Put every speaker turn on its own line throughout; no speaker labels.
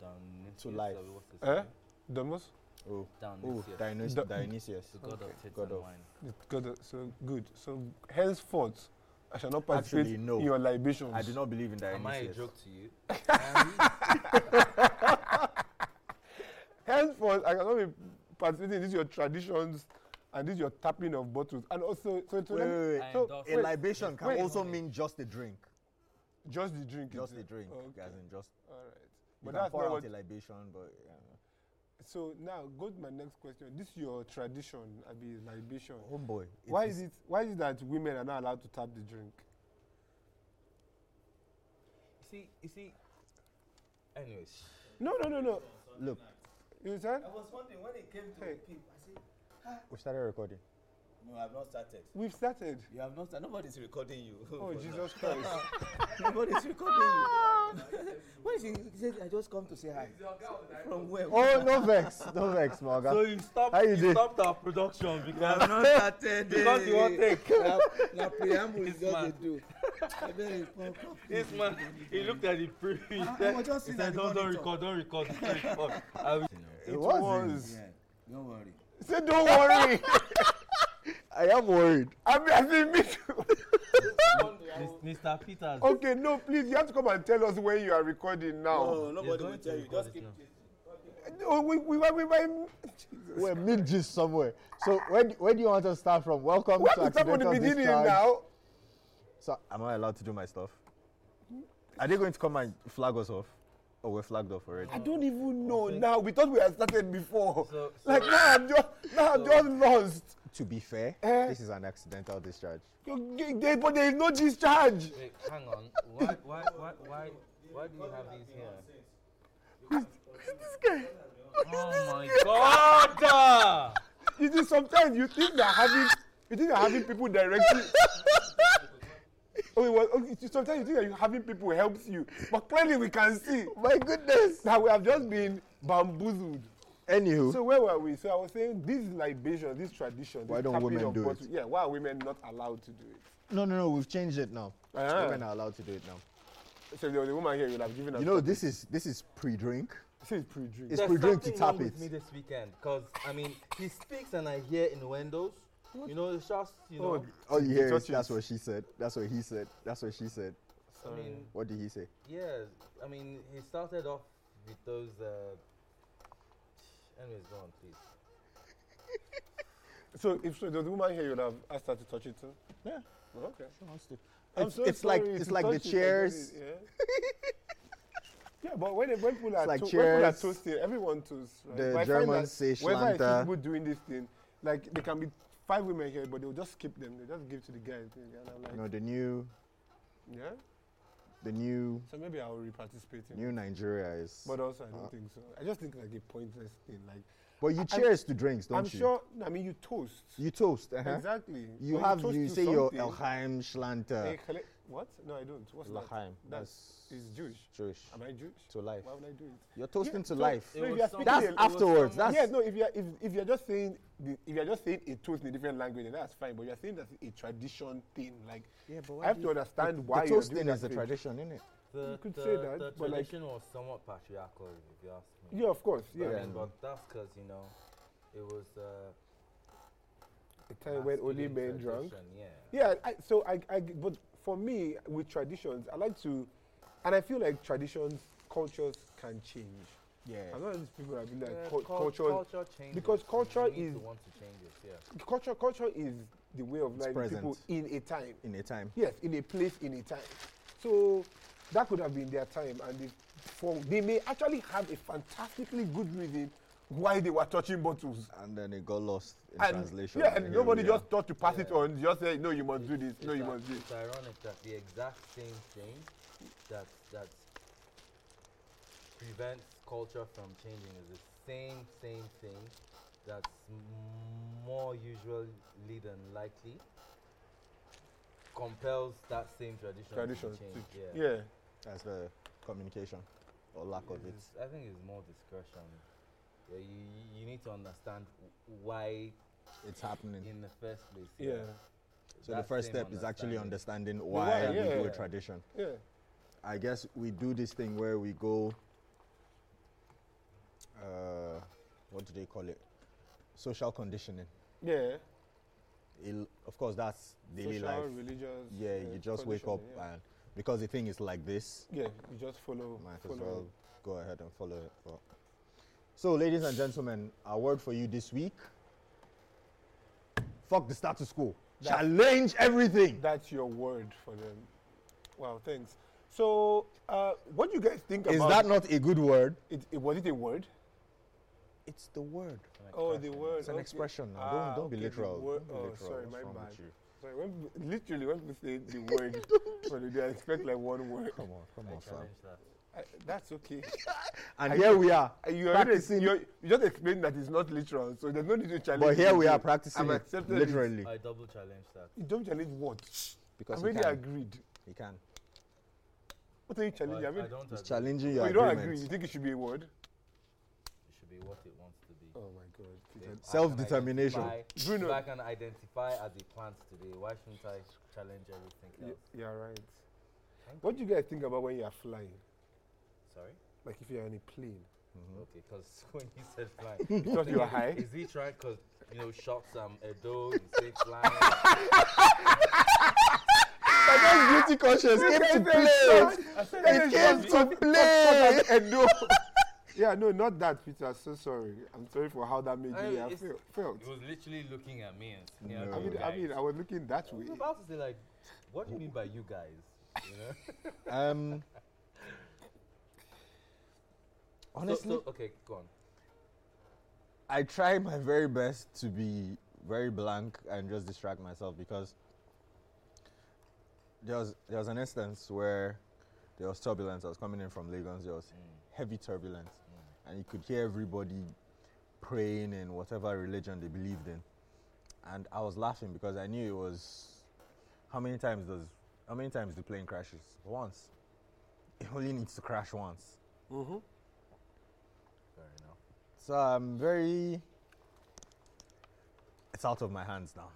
Dionysius.
To life.
or what's his
Eh?
name?
Demos?
Oh, oh,
Dionysius.
Dionysius.
The-
Dionysius.
the god
Okay.
of tits
God
and
of-
wine.
Good. So good. So henceforth, I shall not participate
Actually, no.
in your libations.
Mm. I do not believe in
Am I a
Dionysius.
joke to you? Um,
Henceforth, I cannot be participating in these your traditions and this your tapping of bottles. And also, so to
Wait,
them,
wait,
I
wait.
so,
endorse
A
it.
libation can
wait.
also mean just a drink.
just the drink.
Just
is
a
it?
drink.
Okay.
As in just.
All right.
You
But
can
that's
pour
not
out
what.
a libation, but. yeah.
So now, go to my next question. This your tradition, Abi, is libation.
Homeboy.
why is it? Why is it that women are not allowed to tap the drink?
you see, you see. Anyways,
No, no, no, no.
Look,
You understand?
was wondering when it came to
Hey.
people, I said,
we started recording.
No, I've not started.
We've started.
You have not started. Nobody's recording you.
Oh Jesus Christ!
Nobody's recording
Ah.
you. when is he, he said, I just come to say hi. From where?
Oh, no vex. No vex, Morgan.
so you stopped.
How you
you
did?
stopped our production
I've
because
not started. eh.
Because you want
take. Now, now preamble is
This
what
man.
they do. I bet it pop up.
this man he looked at the pre. He
I
said,
was just
he
seeing
said
at the
don't, don't
monitor."
record, don't record. don't record." I will-
It
was.
Yeah, don't worry.
Say don't worry.
I am worried.
I mean, I mean, me too.
Mr. Peters.
Oh,
Okay, no, please. You have to come and tell us when you are recording now.
No,
He's
Oh, nobody
going
will
to
tell you.
record
Just
it
keep
now.
it.
No, we we were we were.
We're mid gist somewhere. So where do, where do you want to start from? Welcome
We
to
have to start from the
Accidental
beginning
Discharge.
now.
So am I allowed to do my stuff? Are they going to come and flag us off? Oh, we're flagged off already.
I don't even know now. We thought we had started before.
So-
like now, I'm just now I'm just lost.
To be fair,
Eh?
this is an accidental discharge.
You g- There, but there is no discharge.
Wait, hang on. Why, why, why, why, why do you have these here? this guy? Oh my god!
You see, sometimes you think they're having you think they're having people directly. okay, well, okay, so sometimes you think that you having people helps you, but clearly we can see
My goodness.
that we have just been bamboozled.
Anywho,
So where were we? So I was saying this libation, this tradition. This
Why don't
tapping
women
of
do it?
bottles- Yeah, why are women not allowed to do it?
no, no, no. We've changed it now.
Ah.
Women are allowed to do it now.
So if there was a woman here, you would have given her.
You know, this is this is pre-drink.
this is pre-drink.
It's
There's
pre-drink to
something
tap
wrong with
it.
me this weekend because I mean he speaks and I hear innuendos. You know, it's just you know.
Oh,
All you hear is
touches.
that's what she said. That's what he said. That's what she said.
I mean,
What did he say?
yeah. I mean, he started off with those. Uh, anyways, go on, please.
So if so, there was a woman here, you would have asked her to touch it too.
Yeah.
Oh, Okay. I'm
It's,
so
it's like
sorry
it's
to
like the
touch it, I
chairs.
get it, Yeah. yeah, but when, when people are
like
to- when people are
chairs.
toasting, everyone toasts. Right?
The
But I find
Germans
that
say
Whenever I see
Schlanta.
people doing this thing, like there can be five women here, but they'll just skip them. They just give to the guys. And I'm like,
You know, the new
yeah.
the new
So maybe I will be participating.
new Nigeria is.
But also, I don't
Uh,
think so. I just think like a pointless thing. Like
But you
I-
cheers to drinks, don't
I'm
you?
sure. I mean, you toast.
You toast. Uh-huh.
Exactly.
You
When
have
toast
you
to
say your
something,
Elheim
eh,
Schlanter.
kale- What? No, I don't. What's
Elheim.
that? That's is Jewish.
Jewish.
Am I Jewish?
To life.
Why would I do it?
You're toasting
Yeah,
to
so-
life.
so if
was
you
some-
are speaking
That's
a-
was
afterwards.
someone-
That's
yeah, no. If you are if, if you are just saying the, if you are just saying a toast in a different language, then that's fine. But you are saying that's a tradition thing. Like
Yeah, but
I have to understand
the
why you're doing
toasting
that
is a
thing.
tradition, isn't it?
The,
You could
the,
say that,
the
but, like-
tradition was somewhat patriarchal, if you ask me.
Yeah, of course.
But,
Yeah.
I mean, but that's because you know, it was. Uh,
The time when only
masculine
men drank.
tradition, Yeah.
Yeah. I, so I, I but for me with traditions, I like to, and I feel like traditions, cultures can change.
Yeah.
I'm not these people that be like
Yeah,
cul-
cul-
culture.
culture changes.
because culture
you need
is-
to want to change it. Yeah.
Culture, culture is the way of
It's
life. People
present.
in a time.
In a time.
Yes, in a place, in a time. So that could have been their time, and they, for, they may actually have a fantastically good reason why they were touching bottles.
And then it got lost in
and
translation.
yeah, and
here
nobody
we are.
just thought to pass it
Yeah.
on. Just say, no, you must do this.
It's-
No,
it's
you
a-
must do.
It's ironic that the exact same thing that that prevents culture from changing is the same same thing that's m- more usually than likely compels that same tradition
Traditions.
to change.
to-
Yeah.
yeah.
That's the communication or lack of it.
It's- I think it's more discretion. Yeah, you, you- you need to understand w- why
It's happening.
in the first place.
Yeah.
So the
That
first
same
step is actually
understanding.
understanding why
why,
we do a
yeah.
tradition.
Yeah.
I guess we do this thing where we go uh, what do they call it? Social conditioning.
Yeah.
Il- of course, that's daily
Social,
life.
religious.
Yeah,
uh,
you just wake up
conditioning,
and because the thing is like this,
Yeah. yeah, you just follow.
might as
follow.
well go ahead and follow it. But- So, ladies and gentlemen, our word for you this week: fuck the status quo,
That-
challenge everything.
That's your word for them. Wow, thanks. So, uh, what do you guys think
Is
about?
that not a good word?
it, it- was it a word?
It's the word.
Oh, the word.
It's an
okay.
expression. Now.
Ah,
don't don't be
okay, the
literal. Don't
word-
be
oh,
literal.
sorry,
What's
my
wrong
bad.
with you?
Sorry, when, people- literally, when people say the word, sorry, they expect like one word.
Come on, come
I
on, fam.
challenge that.
I, that's okay.
And here we are.
Uh, You, already,
Practicing.
you, you just explained that it's not literal, so there's no need to challenge.
But here
it
we are
again.
practicing
I've
it
accepted it.
literally
I double challenge that.
You don't challenge what? I
because you
already
can.
agreed.
You can.
What are you
But
challenging? I mean,
I don't
It's
agree.
challenging
oh,
your
you don't agree.
agreement.
You think it should be a word?
It should be what it wants to be.
Oh my God.
If
Peter.
I can
Self-determination.
identify-
Bruno.
If I can identify as a plant today, why shouldn't I challenge everything
Y-
else?
you're right.
Thank
What do you guys think about when you are flying?
Sorry?
Like if you're on a plane,
Mm-hmm.
Okay, because when he said flying,
because you are high.
is he trying? Because, you know, shots, um, Edo, you say flying.
I guess beauty conscious came to play. It came to play.
Yeah, no, not that, Peter. So sorry. I'm sorry for how that made
I
me
know,
I
it's-
feel, felt.
He was literally looking at me and saying,
No.
I mean, I mean, I was looking that way.
was about to say, like, what do you mean by you guys? You know?
Um.
So-
Honestly,
so, okay, go on.
I try my very best to be very blank and just distract myself because there was there was an instance where there was turbulence. I was coming in from Lagos. There was
Mm,
heavy turbulence, and you could hear everybody praying in whatever religion they believed in, and I was laughing because I knew it was. How many times does how many times the plane crashes? Once. It only needs to crash once.
Mm-hmm.
Fair enough.
So I'm very. It's out of my hands now.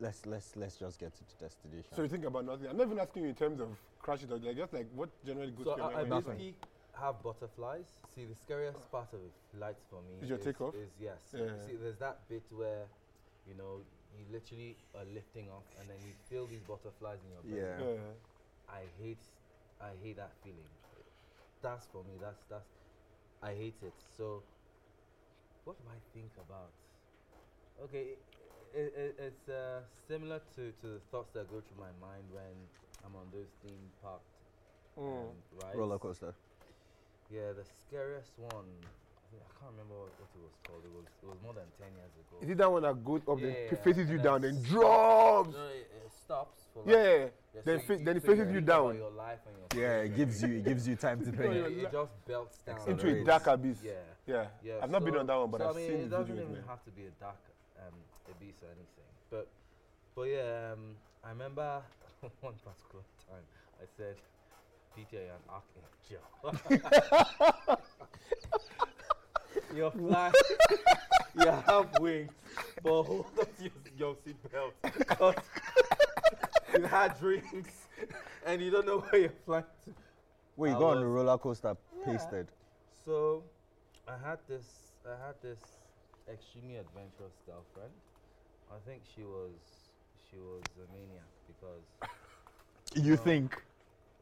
Let's let's let's just get to the destination.
So you think about nothing. I'm not even asking you in terms of crashes or like just like what generally goes
So
through your
I, I
mind.
Nothing.
basically have butterflies. See, the scariest part of a flight for me
Is your takeoff?
Is yes.
Yeah.
See, there's that bit where, you know, you literally are lifting off, and then you feel these butterflies in your belly.
Yeah.
Yeah.
I hate, I hate that feeling. That's for me. That's that's, I hate it. So, what do I think about? Okay, i i it's uh, similar to to the thoughts that go through my mind when I'm on those theme park
Mm.
um, rides.
Roller coaster.
Yeah, the scariest one. I, think, I can't remember what, what it was called. It was it was more than ten years ago.
Is it that one that goes up, then
Yeah,
p- faces
and
you
then
down, then
s-
drops?
No, it, it stops for like.
Yeah.
so
Then,
you-
fa-
you-
then
so
it
you
faces you
think about
down
Your life and your
Yeah,
future.
it gives you it gives you time to
Yeah,
your
think.
it
la-
just belts down.
into a
Accelerates.
dark abyss.
Yeah.
Yeah.
Yeah.
I've not been
so-
on that one, but
so, I
I've
mean,
seen
it
the
doesn't
videos.
even
man.
have to be a dark um, abyss or anything. But, but yeah, um, I remember one particular time I said, "Peter, you're an archangel." you're flying. you have wings, but hold on to your, your seatbelt 'cause you had drinks and you don't know where you're flying to.
Wait, you
I
go on the
was-
roller coaster
Yeah.
pasted.
So, I had this, I had this extremely adventurous girlfriend. I think she was, she was a maniac because,
You think?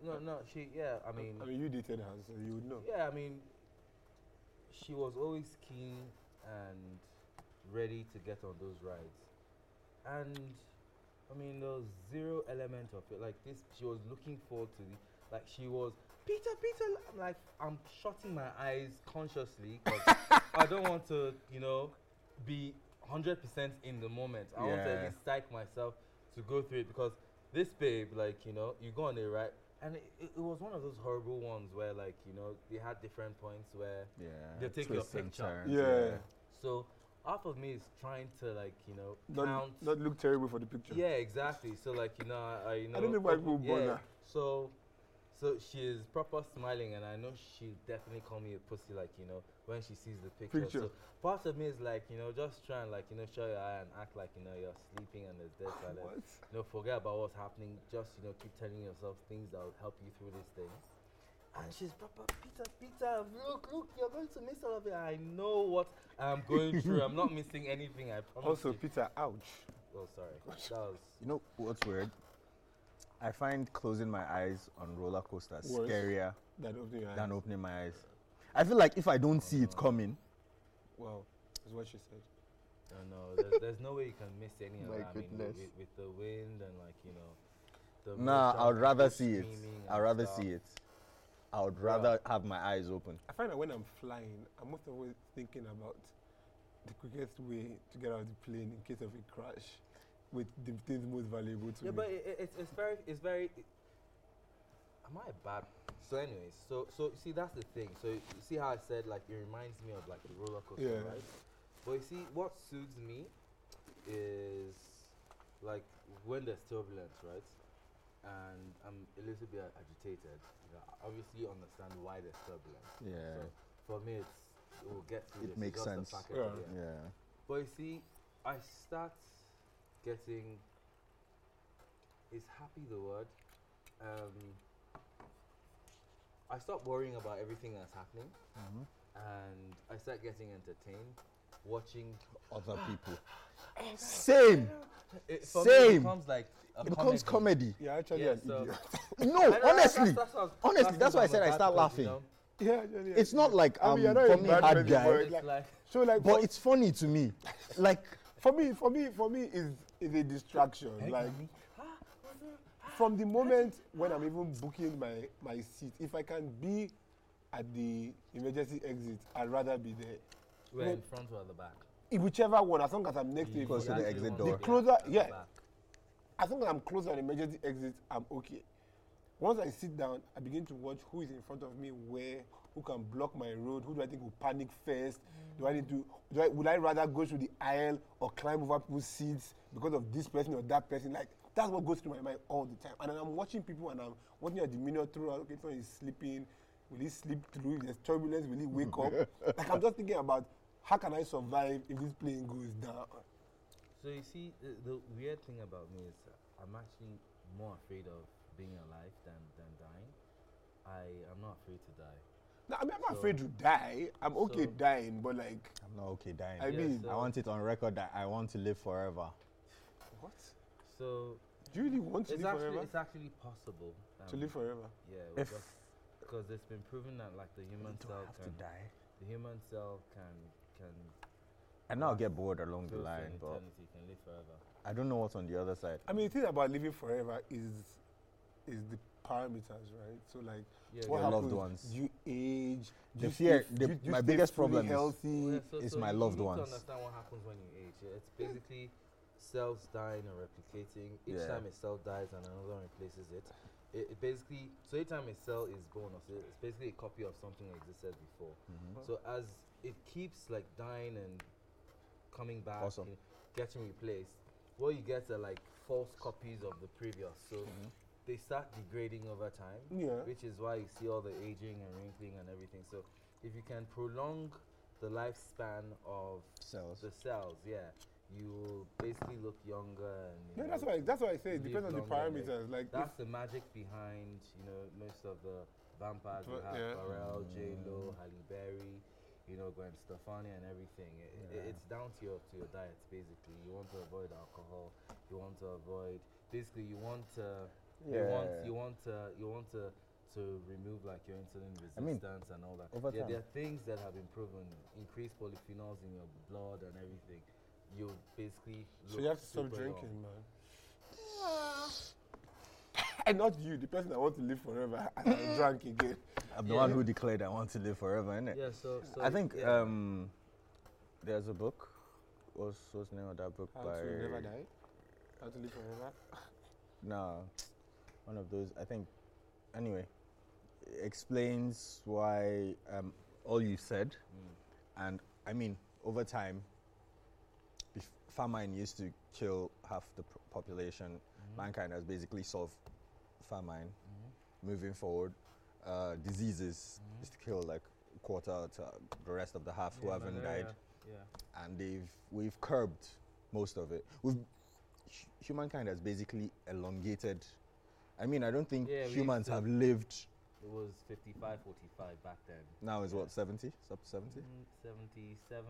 no, no, she, yeah, I mean,
I mean, you dated her, so you would know.
yeah, I mean, she was always keen and ready to get on those rides, and I mean, there was zero element of it. Like this, she was looking forward to the, like she was. Peter, Peter, I'm like I'm shutting my eyes consciously 'cause I don't want to, you know, be 100% in the moment. I want to
Yeah.
at least psych myself to go through it because this babe, like, you know, you go on a ride, and it, it, it was one of those horrible ones where, like, you know, they had different points where.
Yeah.
They take your
twists and
picture.
turns,
Yeah.
So half of me is trying to, like, you know,
Not,
count.
not look terrible for the picture.
Yeah, exactly. So like you know, I, I you know.
don't know why people
yeah,
born her.
So, so she is proper smiling, and I know she'll definitely call me a pussy, like you know, when she sees the picture.
Picture.
So part of me is like you know, just try and like you know, show your eye and act like you know you're sleeping and there's death. and then,
What?
You know, forget about what's happening. Just you know, keep telling yourself things that will help you through this thing. And she's, Papa, Peter, Peter, look, look, you're going to miss all of it. I know what I'm going through. I'm not missing anything, I promise.
Also,
you.
Peter, ouch.
Oh, sorry. That was.
You know what's weird? I find closing my eyes on roller coasters
Worse.
scarier
That opening eyes.
than opening my eyes. I feel like if I don't see
Oh.
it coming,
Wow, is what she said.
No, no, there's, there's no way you can miss any of
My
that. I mean,
goodness.
with, with the wind and, like, you know. The
nah,
motion
I would rather
and
see it.
screaming
I'd
and
rather
stuff.
see it. I would rather have my eyes open.
I find that when I'm flying, I'm most always thinking about the quickest way to get out of the plane in case of a crash with the things most valuable to
Yeah,
me.
but it, it, it's, it's very, it's very. am I a bad? So, anyways, so so you see that's the thing. So you see how I said like it reminds me of like the roller coaster,
Yeah.
right? But you see, what soothes me is like when there's turbulence, right? And I'm a little bit agitated. You know, I obviously understand why there's turbulence.
Yeah.
So for me, it's we'll get through
It
this.
makes
It's just the
sense.
fact
Yeah.
of it,
yeah.
but you see, I start getting. Is happy the word? Um, I stop worrying about everything that's happening, Mm-hmm.
Mhm.
and I start getting entertained, watching.
Other people. Same.
It, for me, it
Same.
becomes like a
It becomes comedy.
You're actually
Yeah,
an
so-
idiot.
I
No,
know, that's-
honestly.
that's what I was-
honestly,
what
that's why I
I'm
said I
about,
start
because,
laughing.
You know,
yeah, yeah, yeah.
It's not like
I
I'm
mean, you're not a
forming
bad
hard
person,
guy,
It's
it's
like-
like
So like,
but
for-
it's funny to me. Like
for me, for me, for me, is is a distraction. Like from the moment when I'm even booking my my seat, if I can be at the emergency exit, I'd rather be there.
we're in front or at the back.
In whichever one, as long as I'm next to
You
it,
Close to the
actually
exit
want to be
door.
The closer-
at the
yeah.
back.
as long as I'm close to an emergency exit, I'm okay. Once I sit down, I begin to watch who is in front of me, where, who can block my road, who do I think will panic first? Do I need to? Do I, would I rather go through the aisle or climb over people's seats because of this person or that person? Like that's what goes through my mind all the time. And then I'm watching people and I'm watching their demeanor throughout. Okay, so he's sleeping. Will he sleep through? If there's turbulence, will he wake up? Like I'm just thinking about how can I survive if this plane goes down?
So you see, the, the weird thing about me is I'm actually more afraid of being alive than, than dying. I am not afraid to die.
Now, I mean, I'm not
So-
afraid to die. I'm okay
so-
dying, but like.
I'm not okay dying.
I
I,
Yeah,
mean,
so,
want it on record that I want to live forever.
What?
so
Do you really want to
it's
live
actually
forever?
it's actually possible
To
um,
live forever.
Yeah,
If-
because it's been proven that like the human cell can
die.
the human cell can can
I know I'll get bored along the
grow for
line, but
eternity, can live forever.
I don't know what's on the other side.
I mean, the thing about living forever is is the parameters, right? So like,
Yeah,
what
Your loved
happens?
ones.
Do you age? Do
The
you
fear-
stay-
the-
do you- do you
my
stay
biggest
fully
problem is-
healthy.
Yeah,
it's my
you-
loved
you need
ones.
To understand what happens when you age. Yeah, It's basically cells dying and replicating. Each
Yeah.
time a cell dies and another one replaces it. It, it basically so each time a cell is born, also, it's basically a copy of something that existed before.
Mm-hmm.
So as it keeps like dying and coming back,
Awesome.
you know, getting replaced, what you get are like false copies of the previous. So
Mm-hmm.
they start degrading over time
Yeah.
which is why you see all the aging and wrinkling and everything. So, if you can prolong the lifespan of
Cells.
the cells, yeah, you will basically look younger. And, you
No,
know,
that's why. That's why I say it
live
depends on the
longer, like,
parameters. Like,
That's the magic behind you know most of the vampires we
But,
have:
yeah.
Pharrell,
Mm.
J Lo, Halle Berry, you know Gwen Stefani, and everything. I- I- it's down to your to your diet basically. You want to avoid alcohol. You want to avoid basically you want to you want
Yeah.
you want to you want to to remove like your insulin resistance
I mean,
and all that.
over
yeah,
time.
there are things that have been proven. Increased polyphenols in your blood and everything. You basically
so
look
you have to stop
super
drinking,
young.
man. and not you, the person that wants to live forever and I drank again.
I'm the
Yeah.
one who declared I want to live forever, innit?
Yeah, so, so
I think
yeah.
um, there's a book. What's, what's the name of that book?
How
by
to never die? How to live forever?
No, one of those. I think. Anyway, it explains why um, all you said,
Mm.
and I mean, over time, bef- famine used to kill half the p- population.
Mm-hmm.
Mankind has basically solved famine.
Mm-hmm.
Moving forward, uh, diseases used to kill like quarter to the rest of the half who
Yeah,
haven't
malaria,
died
Yeah.
and they've we've curbed most of it. We've hu- humankind has basically elongated. I mean, I don't think
Yeah, we used
humans
to-
have lived
It was 55 45 back then.
Now is what, 70? It's up to 70?
Mm, 77.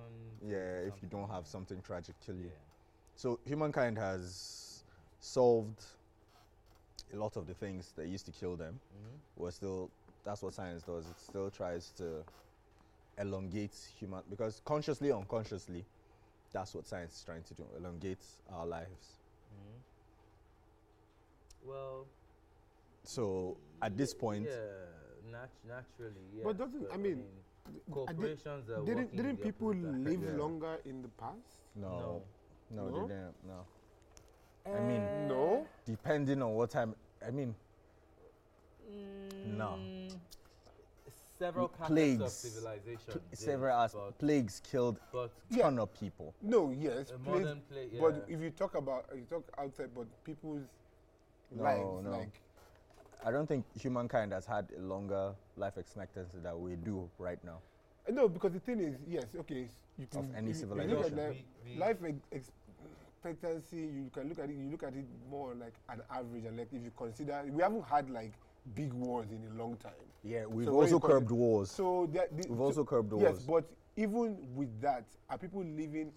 Yeah, if you
Mm-hmm. something
don't
like
have
that.
something tragic kill you.
Yeah.
So humankind has solved a lot of the things that used to kill them.
Mhm.
We're still that's what science does. It still tries to elongate human because consciously or unconsciously, that's what science is trying to do. Elongate our lives.
Mhm. Well,
So at this point,
yeah, nat- naturally, yeah.
But doesn't- I mean,
corporations are
Uh, Didn't,
working in
didn't
the
people
opposite direction.
live
Yeah.
longer in the past?
no, no,
No?
they didn't. No, I mean,
No.
depending on what time. I mean, No.
Mm, Several
Mm,
paths of
plagues.
civilization.
pl-
did,
several as
but,
plagues killed
but
Yeah.
ton of people.
No, yes.
a
please,
modern plague. Yeah.
But if you talk about you talk outside, but people's
No,
lives
no.
like
I don't think humankind has had a longer life expectancy that we do right now.
Uh, No, because the thing is, yes, okay, s- you can
Of any
you- you look at
civilization.
li-
We- we-
life ex- expectancy, you can look at it. You look at it more like an average, and like if you consider, we haven't had like big wars in a long time.
Yeah, we've
So when
also
you con-
curbed wars.
So there, the,
We've
so-
also curbed wars.
Yes, but even with that, are people living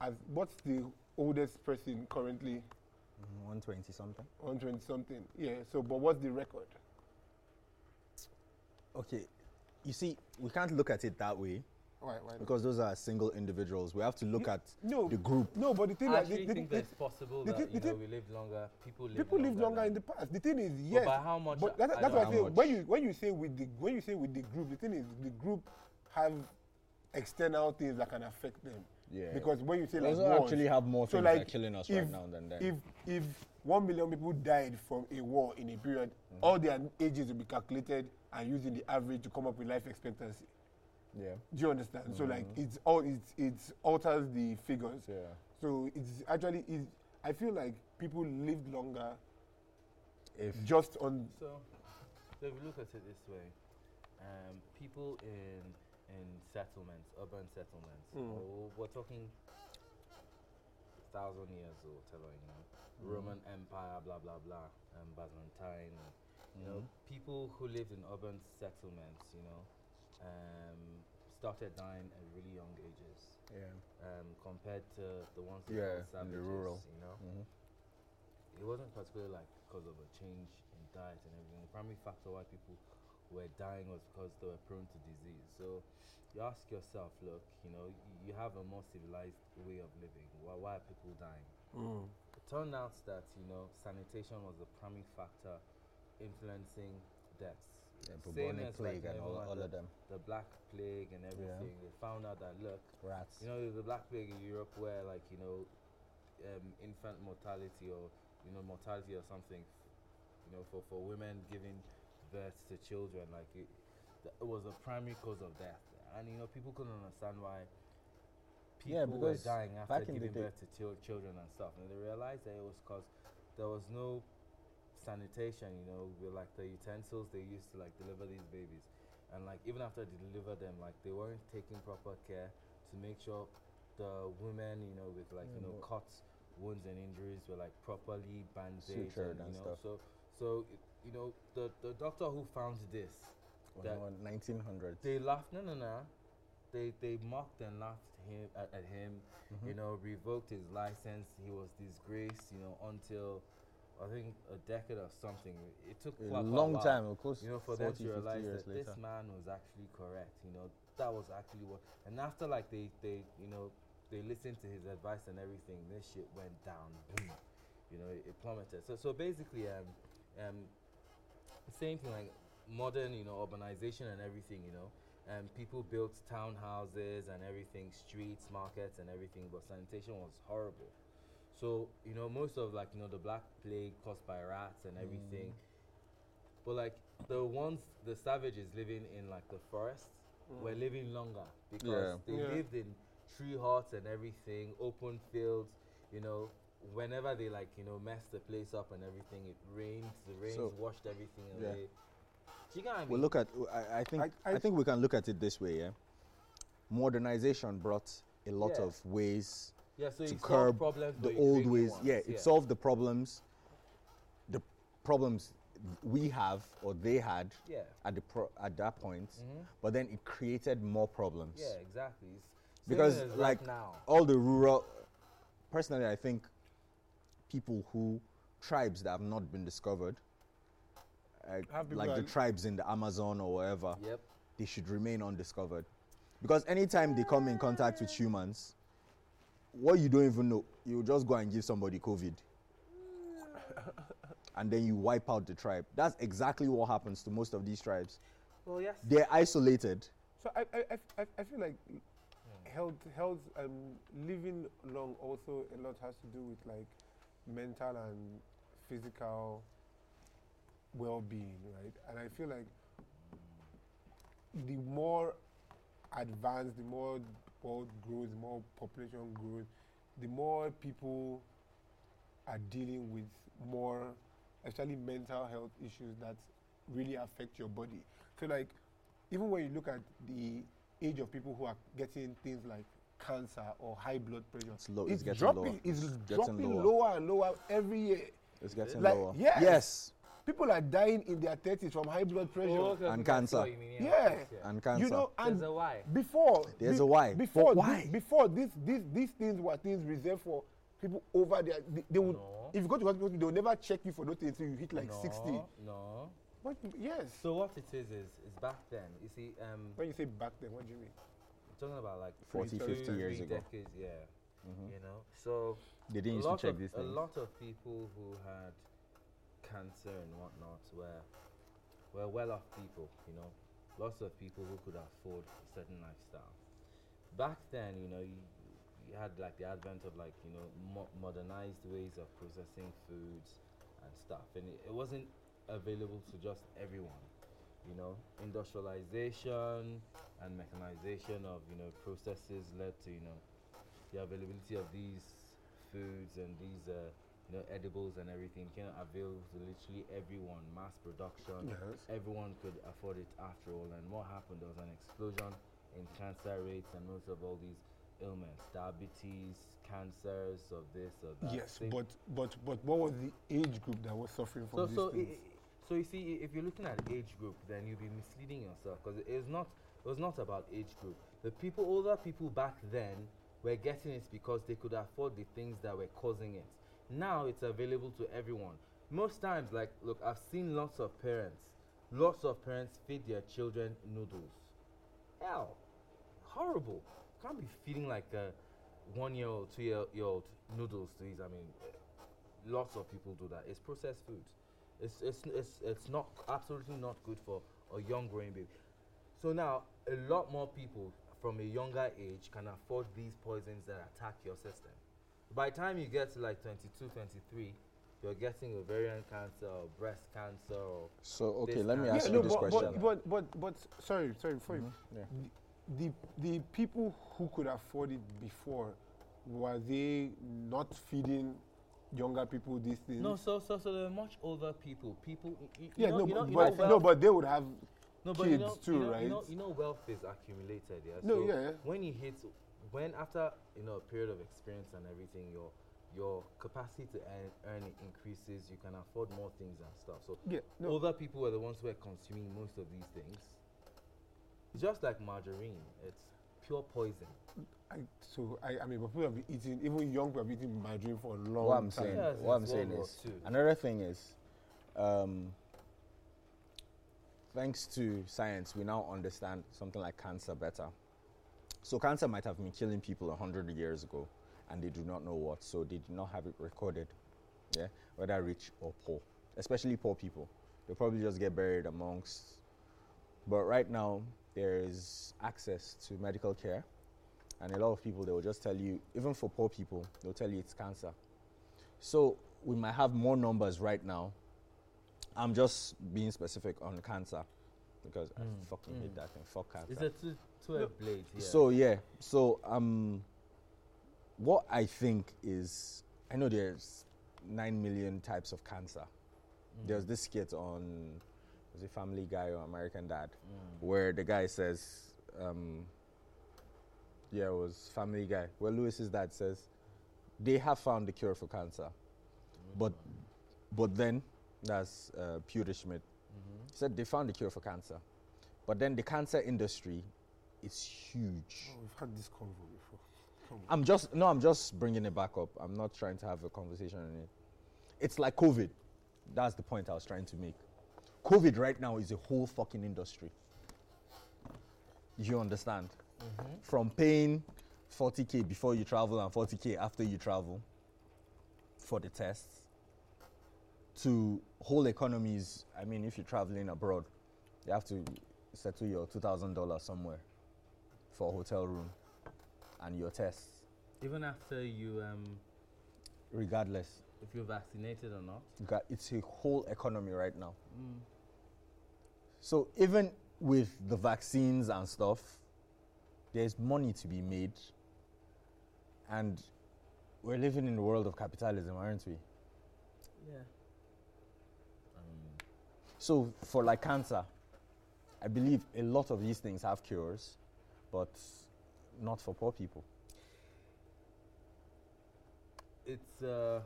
as what's the oldest person currently?
120 something.
120 something. Yeah. So, but what's the record?
Okay, you see, we can't look at it that way
Why? Why? not?
because those are single individuals. We have to look at
no.
the group.
No, but the thing
I
is,
actually
the, the,
think
the,
that it's possible
the
that
thing-
you
the
know
thing-
we live longer. People live
people
longer
live longer
than-
in the past. The thing is, yes.
by how much?
But
I-
that's,
I
that's
don't
why I
how
say
much.
when you when you say with the when you say with the group, the thing is the group have external things that can affect them.
Yeah.
Because when you say
We
like
also
wars,
actually have more
so
things that are
like
killing us
if,
right now than then.
If if one million people died from a war in a period,
Mm.
all their ages will be calculated and using the average to come up with life expectancy.
Yeah.
Do you understand? So like it's all it's it's alters the figures.
Mm. Yeah.
So it's actually is I feel like people lived longer
If
just on
So, so if you look at it this way, um, people in in settlements, urban settlements,
Mm.
or we're talking thousand years or whatever, you know, Roman Empire, blah blah blah, and Byzantine, and, you know, people who lived in urban settlements, you know, um, started dying at really young ages
yeah.
um, compared to the ones that
Yeah,
were
in the
savages,
rural. Mm-hmm.
you know
Mhm.
it wasn't particularly like because of a change in diet and everything. The primary factor why people were dying was because they were prone to disease. So you ask yourself, look, you know, y- you have a more civilized way of living. Why, why are people dying?
Mm.
It turned out that you know sanitation was the primary factor influencing deaths.
Yeah,
Same
bubonic
as, like,
plague and
everyone
all,
had
all
the,
of them.
The black plague and everything. They found out that look,
Rats.
you know, there's a black plague in Europe where, like, you know, um, infant mortality or, you know, mortality or something, you know, for, for women giving birth to children, like, it, th- it was a primary cause of death. And, you know, people couldn't understand why people
Yeah,
were
because
dying after
back in the
giving
day-
birth to chil- children and stuff. And they realized that it was because there was no sanitation, you know, with like the utensils they used to like deliver these babies. And like even after they delivered them, like they weren't taking proper care to make sure the women, you know, with like, you know,
Mm.
cuts, wounds and injuries were like properly bandaged
Sutured
you
and
know,
stuff.
So so it, you know, the, the doctor who found this that
1900.
they laughed no no no. They they mocked and laughed him at, at him,
Mm-hmm.
you know, revoked his license. He was disgraced, you know, until I think a decade or something. It took
A
quite- quite
long
while,
time, close
you know, for
40,
them to
50
realize
years
that this
later.
man was actually correct. You know, that was actually what. And after like they they you know they listened to his advice and everything, this shit went down. Boom. You know, it, it plummeted. So so basically, um, um, same thing like modern, you know, urbanization and everything, you know. And people built townhouses and everything, streets, markets and everything, but sanitation was horrible. So, you know, most of like, you know, the black plague caused by rats and everything. But like the ones the savages living in like the forest were living longer because
Yeah.
they
Yeah.
lived in tree huts and everything, open fields, you know. Whenever they like, you know, messed the place up and everything, it rains, the rains
So-
washed everything
Yeah.
away. Do you get what I mean?
We look at. I, I think. I,
I- I-
think we can look at it this way. Yeah. Modernization brought a lot
Yeah.
of ways
yeah, so
to
you solve
curb
problems,
the
but you
old
create new
ways.
ones.
Yeah, it solved the problems. The problems we have or they had
Yeah. Mm-hmm.
at the pro- at that point, but then it created more problems
Yeah, exactly. It's same
because
as
like
right
Oh,
now.
all the rural personally i think people who tribes that have not been discovered uh,
Have people
like the
that-
tribes in the amazon or wherever
Yep.
they should remain undiscovered because anytime they come in contact with humans what you don't even know you just go and give somebody covid and then you wipe out the tribe that's exactly what happens to most of these tribes
Well, yes.
they're isolated
So I, I- I, I, I feel like health, health, um, living long also a lot has to do with like mental and physical well-being, right? And I feel like the more advanced, the more world grows, the more population grows, the more people are dealing with more, especially mental health issues that really affect your body. So like, even when you look at the age of people who are getting things like cancer or high blood pressure,
It's low- it's getting
dropping,
lower.
it's,
It's getting
dropping
lower.
lower and lower every year.
it's getting
Like,
lower
yes.
yes
People are dying in their thirties from high blood pressure.
And cancer.
Yeah.
and cancer
You know,
Oh,
and
There's a why.
before
There's a why, but
Before thi-
why?
before this, this, these things were things reserved for people over there. They, they would,
No.
if you go to hospital, they will never check you for those things until you hit like
no,
sixty.
No.
What? Yes.
So what it is is is back then. You see, um,
when you say back then, what do you mean?
talking about like
40,
two,
50 years
three
ago. Mm-hmm.
decades. Yeah. You know. So
They didn't
a
used to
lot
check
of,
these
A
things.
lot of people who had cancer and whatnot were were well-off people. You know, lots of people who could afford a certain lifestyle. Back then, you know, you, you had like the advent of like you know mo- modernized ways of processing foods and stuff, and it, it wasn't available to just everyone. You know, industrialization and mechanization of you know processes led to you know the availability of these foods and these uh, you know edibles and everything can avail to literally everyone mass production
Yes.
everyone could afford it after all and what happened there was an explosion in cancer rates and most of all these ailments diabetes cancers of this or that
yes,
thing.
but but but what was the age group that was suffering from
so
these
so i-
things?
i- so you see i- if you're looking at age group then you'll be misleading yourself because it's not it was not about age group the people older people back then were getting it because they could afford the things that were causing it now it's available to everyone most times like look i've seen lots of parents lots of parents feed their children noodles hell horrible can't be feeding like a one year old two year year old noodles to these i mean lots of people do that. It's processed food. It's it's it's, it's not absolutely not good for a young growing baby. So now a lot more people from a younger age can afford these poisons that attack your system. By the time you get to like 22, 23, you're getting ovarian cancer or breast cancer or
So
This
okay, let me
time.
ask
Yeah,
you
no,
this
but,
question. Mm-hmm.
But, but but but sorry, sorry for you. The, the people who could afford it before were they not feeding younger people these things?
no. So so so they're much older people. People. y- y- You,
yeah,
know,
no,
you know,
but,
you know
but, no,
well-
but they would have
No,
kids
but you know,
too,
you know,
right?
You know, you know wealth is accumulated. Yeah.
No,
so
yeah, yeah.
When you hit, when after you know a period of experience and everything, your your capacity to earn, earn it increases. You can afford more things and stuff. So
Yeah, no.
older people were the ones who were consuming most of these things. It's Just like margarine, it's pure poison.
I, so I, I mean, but people have been eating, even young people have been eating margarine for a long
what I'm
time.
saying,
Yes,
what I'm
it's
saying
World War
is,
Two.
another thing is, um, thanks to science, we now understand something like cancer better. So cancer might have been killing people hundred years ago, and they do not know what, so they do not have it recorded. Yeah, whether rich or poor, especially poor people, they probably just get buried amongst But right now, there is access to medical care, and a lot of people they will just tell you, even for poor people, they'll tell you it's cancer. So we might have more numbers right now. I'm just being specific on cancer because I fucking hate that thing. Fuck cancer.
It's a two two edged blade. Yeah.
So yeah, so um, what I think is, I know there's nine million types of cancer. There's this skit on, was it Family Guy or American Dad, where the guy says, um, yeah, it was Family Guy, where Lewis's dad says, they have found the cure for cancer, but, but then that's uh, Peter Schmidt, he said they found the cure for cancer. But then the cancer industry is huge.
we've had this convo before. Come on.
I'm just, no, I'm just bringing it back up. I'm not trying to have a conversation on it. It's like COVID. That's the point I was trying to make. COVID right now is a whole fucking industry. You understand? From paying 40K before you travel and 40K after you travel for the tests to whole economies. I mean, if you're traveling abroad, you have to settle your $2,000 somewhere for a hotel room and your tests,
Even after you, um,
regardless.
if you're vaccinated or not.
You got- It's a whole economy right now.
Mm.
So even with the vaccines and stuff, there's money to be made, and we're living in the world of capitalism, aren't we?
Yeah.
I mean,
So for like cancer, I believe a lot of these things have cures, but not for poor people.
it's uh,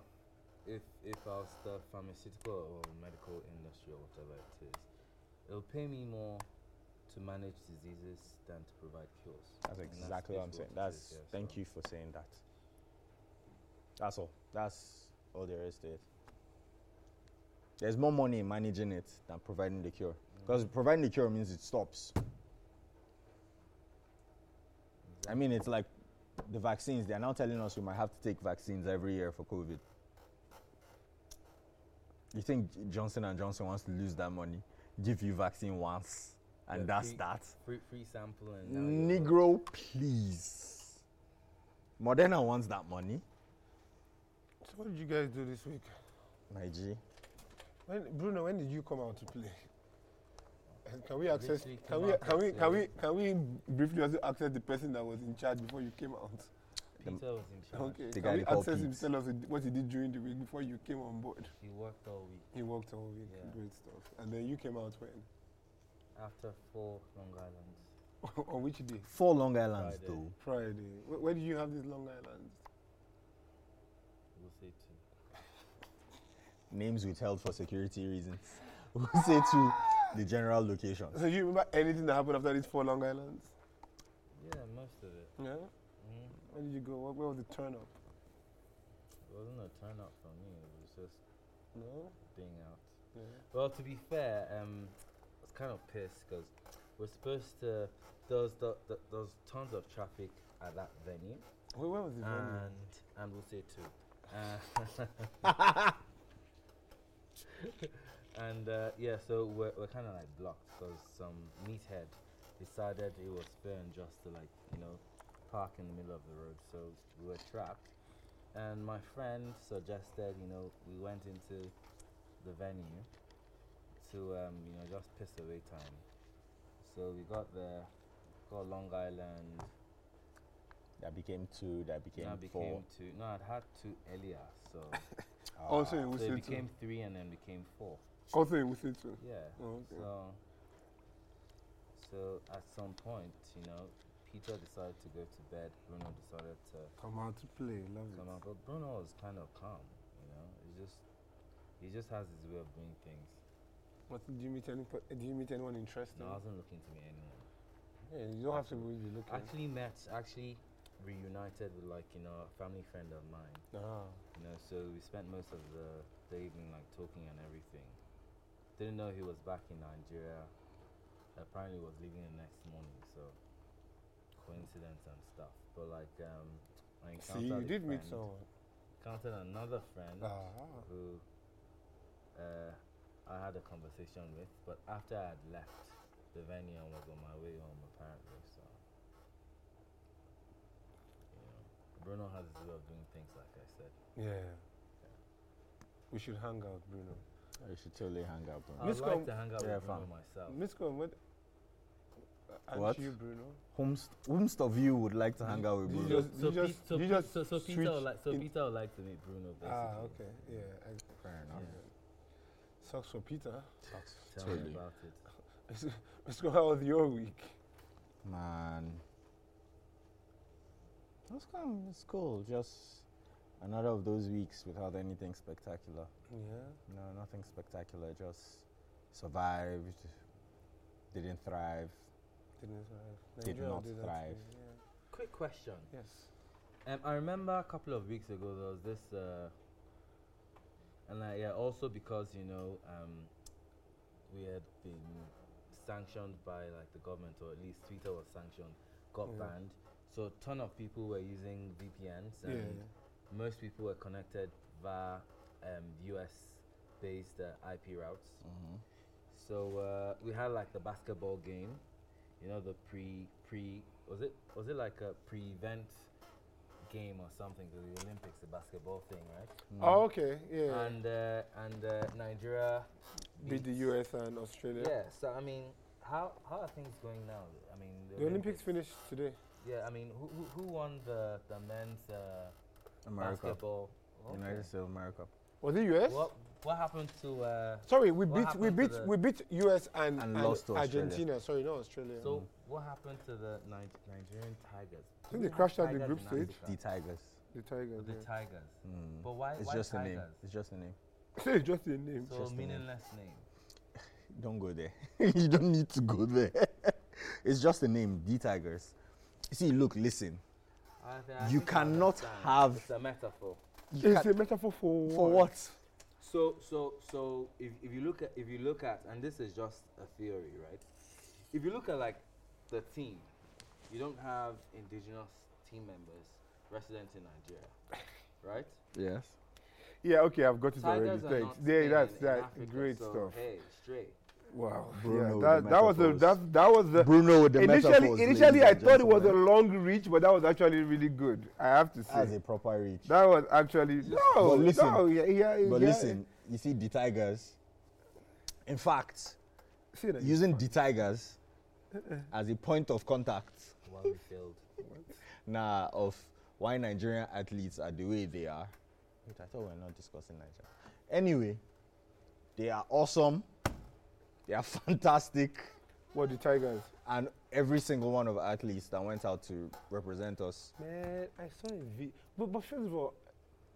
if if I was the pharmaceutical or medical industry or whatever it is, it'll pay me more to manage diseases than to provide cures.
That's
And
exactly what I'm saying.
basically it
That's
is, yeah,
thank
so-
you for saying that. That's all. That's all there is to it. There's more money in managing it than providing the cure.
Mm.
Because providing the cure means it stops. I mean, it's like the vaccines. They're now telling us we might have to take vaccines every year for COVID. You think J- Johnson and Johnson wants to lose that money? Give you vaccine once, and
Yeah,
that's
free-
that.
Free, free sample and now you're-
Negro, please. Moderna wants that money.
So what did you guys do this week?
My G.
When, Bruno, when did you come out to play? And can we access?
Literally
Can
came
we?
out
Can we?
yesterday.
Can we? Can we briefly also access the person that was in charge before you came out?
Peter was in charge.
Okay.
The guy
can we
they call
access him?
Pete.
Tell us what he did during the week before you came on board.
He worked all week
He worked all week.
Yeah.
Great stuff. And then you came out when?
after four Long Islands.
On which day?
Four Long Islands,
Friday.
though.
Friday. Where, where did you have this Long Island?
We'll say two.
Names withheld for security reasons. We'll say to the general location.
So you remember anything that happened after these four Long Islands?
Yeah, most of it.
Yeah.
Mm.
Where did you go? Where, where was the turn up?
It wasn't a turn up for me. It was just
No.
being out.
Yeah.
Well, to be fair, um, I was kind of pissed because we're supposed to. There's the, the, there's tons of traffic at that venue,
Where, where was the venue?
and and we'll say two. Uh, and uh, yeah, so we're, we're kind of like blocked because some meathead decided it was fair and just to like you know park in the middle of the road, so we were trapped. And my friend suggested, you know, we went into the venue to um, you know just piss away time. So we got there, got Long Island.
That became two, that became
now
four.
became two. No, I'd had two earlier, so
Ah,
also in
so it
Wussetu.
became three and then became four.
also in Wussetu.
Yeah.
Oh, okay.
So so at some point, you know, Peter decided to go to bed. Bruno decided to
Come out to play. Love it.
come out, but Bruno was kind of calm. You know, he just he just has his way of doing things.
What, did you meet any? per- Did you meet anyone interesting?
No, I wasn't looking to meet anyone.
Yeah, you don't have to really be looking.
Actually met, actually reunited with like you know a family friend of mine.
Ah.
You know, so we spent most of the, the evening like talking and everything. Didn't know he was back in Nigeria. Apparently was leaving the next morning, so coincidence and stuff. But like um I
See, you
encountered a
did meet
friend-
someone.
encountered another friend
Ah.
who uh, I had a conversation with, but after I had left the venue and was on my way home, apparently. So, you know, Bruno has his way of doing things, like I said.
Yeah. We should hang out, Bruno.
You should totally hang out,
I
bro.
would
Miss
like
Com-
to hang out
Yeah,
with Bruno
fam.
myself.
Miss Con, what? And
What?
you, Bruno.
Whomst, whomst of you would like to hang out with
Did you
Bruno?
just-
so,
you
Pete-
just-
so,
you
Pete-
just
so, so Peter,
switch
would like, so
in-
Peter would like to meet Bruno, basically.
Ah, okay. Yeah. I,
Fair
Yeah.
enough.
sucks for Peter.
Tell me
Totally.
about it.
Miss Con, how was your week?
Man. That's calm. It's cool. Just
Another of those weeks without anything spectacular.
Yeah.
No, nothing spectacular. Just survived. Didn't thrive.
Didn't survive.
Did
Nigeria will
not
do that to
thrive.
you, yeah.
Quick question.
Yes.
Um, I remember a couple of weeks ago there was this, uh, and I, yeah, also because you know um, we had been sanctioned by like the government, or at least Twitter was sanctioned, got
Yeah.
banned. So a ton of people were using VPNs,
Yeah.
and most people were connected via um, US-based uh, IP routes.
Mm-hmm.
So uh, we had like the basketball game, you know, the pre pre was it was it like a pre event game or something to the Olympics, the basketball thing, right?
Oh, okay. Yeah.
And uh, and uh, Nigeria
Beat the US and Australia.
Yeah. So I mean, how how are things going now? I mean,
The Olympics finished today.
Yeah. I mean, who who, who won the the men's uh,
America.
basketball? Okay.
United States of America.
Was it US?
What what happened to? Uh,
Sorry, we
What
beat we
happened to
beat
the-
we beat US and,
And lost to Australia.
Argentina. Sorry, not Australia.
so what happened to the Ni- Nigerian Tigers?
I think they crashed out the
Tigers
group
in
stage.
Africa.
The Tigers.
the Tigers.
The
yeah.
Tigers.
Mm.
But why?
It's
why
just
tigers?
a name. It's just a name.
Say it's just the name.
So
just a name.
meaningless name.
Don't go there. you don't need to go there. it's just a name, D Tigers. See, look, listen.
I thi- I
You
think I
cannot
understand.
have-
It's a metaphor.
You
it's
can't-
a metaphor for
for what?
So so so if, if you look at if you look at and this is just a theory, right? If you look at like the team, you don't have indigenous team members resident in Nigeria, right?
Yes.
Yeah, okay, I've got it already.
Tigers are
Thanks.
not
Yeah,
seen
that's
in
that.
Africa,
Great
so
stuff.
Hey, straight.
Wow.
Bruno,
yeah, that,
the
that was the
metaphors.
that, that was the
Bruno with the metaphors,
initially initially
ladies
I
and
thought it was a
gentlemen.
long reach, but that was actually really good. I have to
As
say.
a proper reach.
That was actually no,
But listen-
no, yeah, yeah,
But
yeah.
listen, you see, the Tigers. In fact,
See that Uh-uh. you-
using the Tigers as a point of contact
Why we failed.
nah, of why Nigerian athletes are the way they are. Wait, I thought we were not discussing Nigeria. Anyway, they are awesome. They are fantastic.
what the Tigers.
And every single one of our athletes that went out to represent us.
Man, Eh, I saw a video. But, but first of all,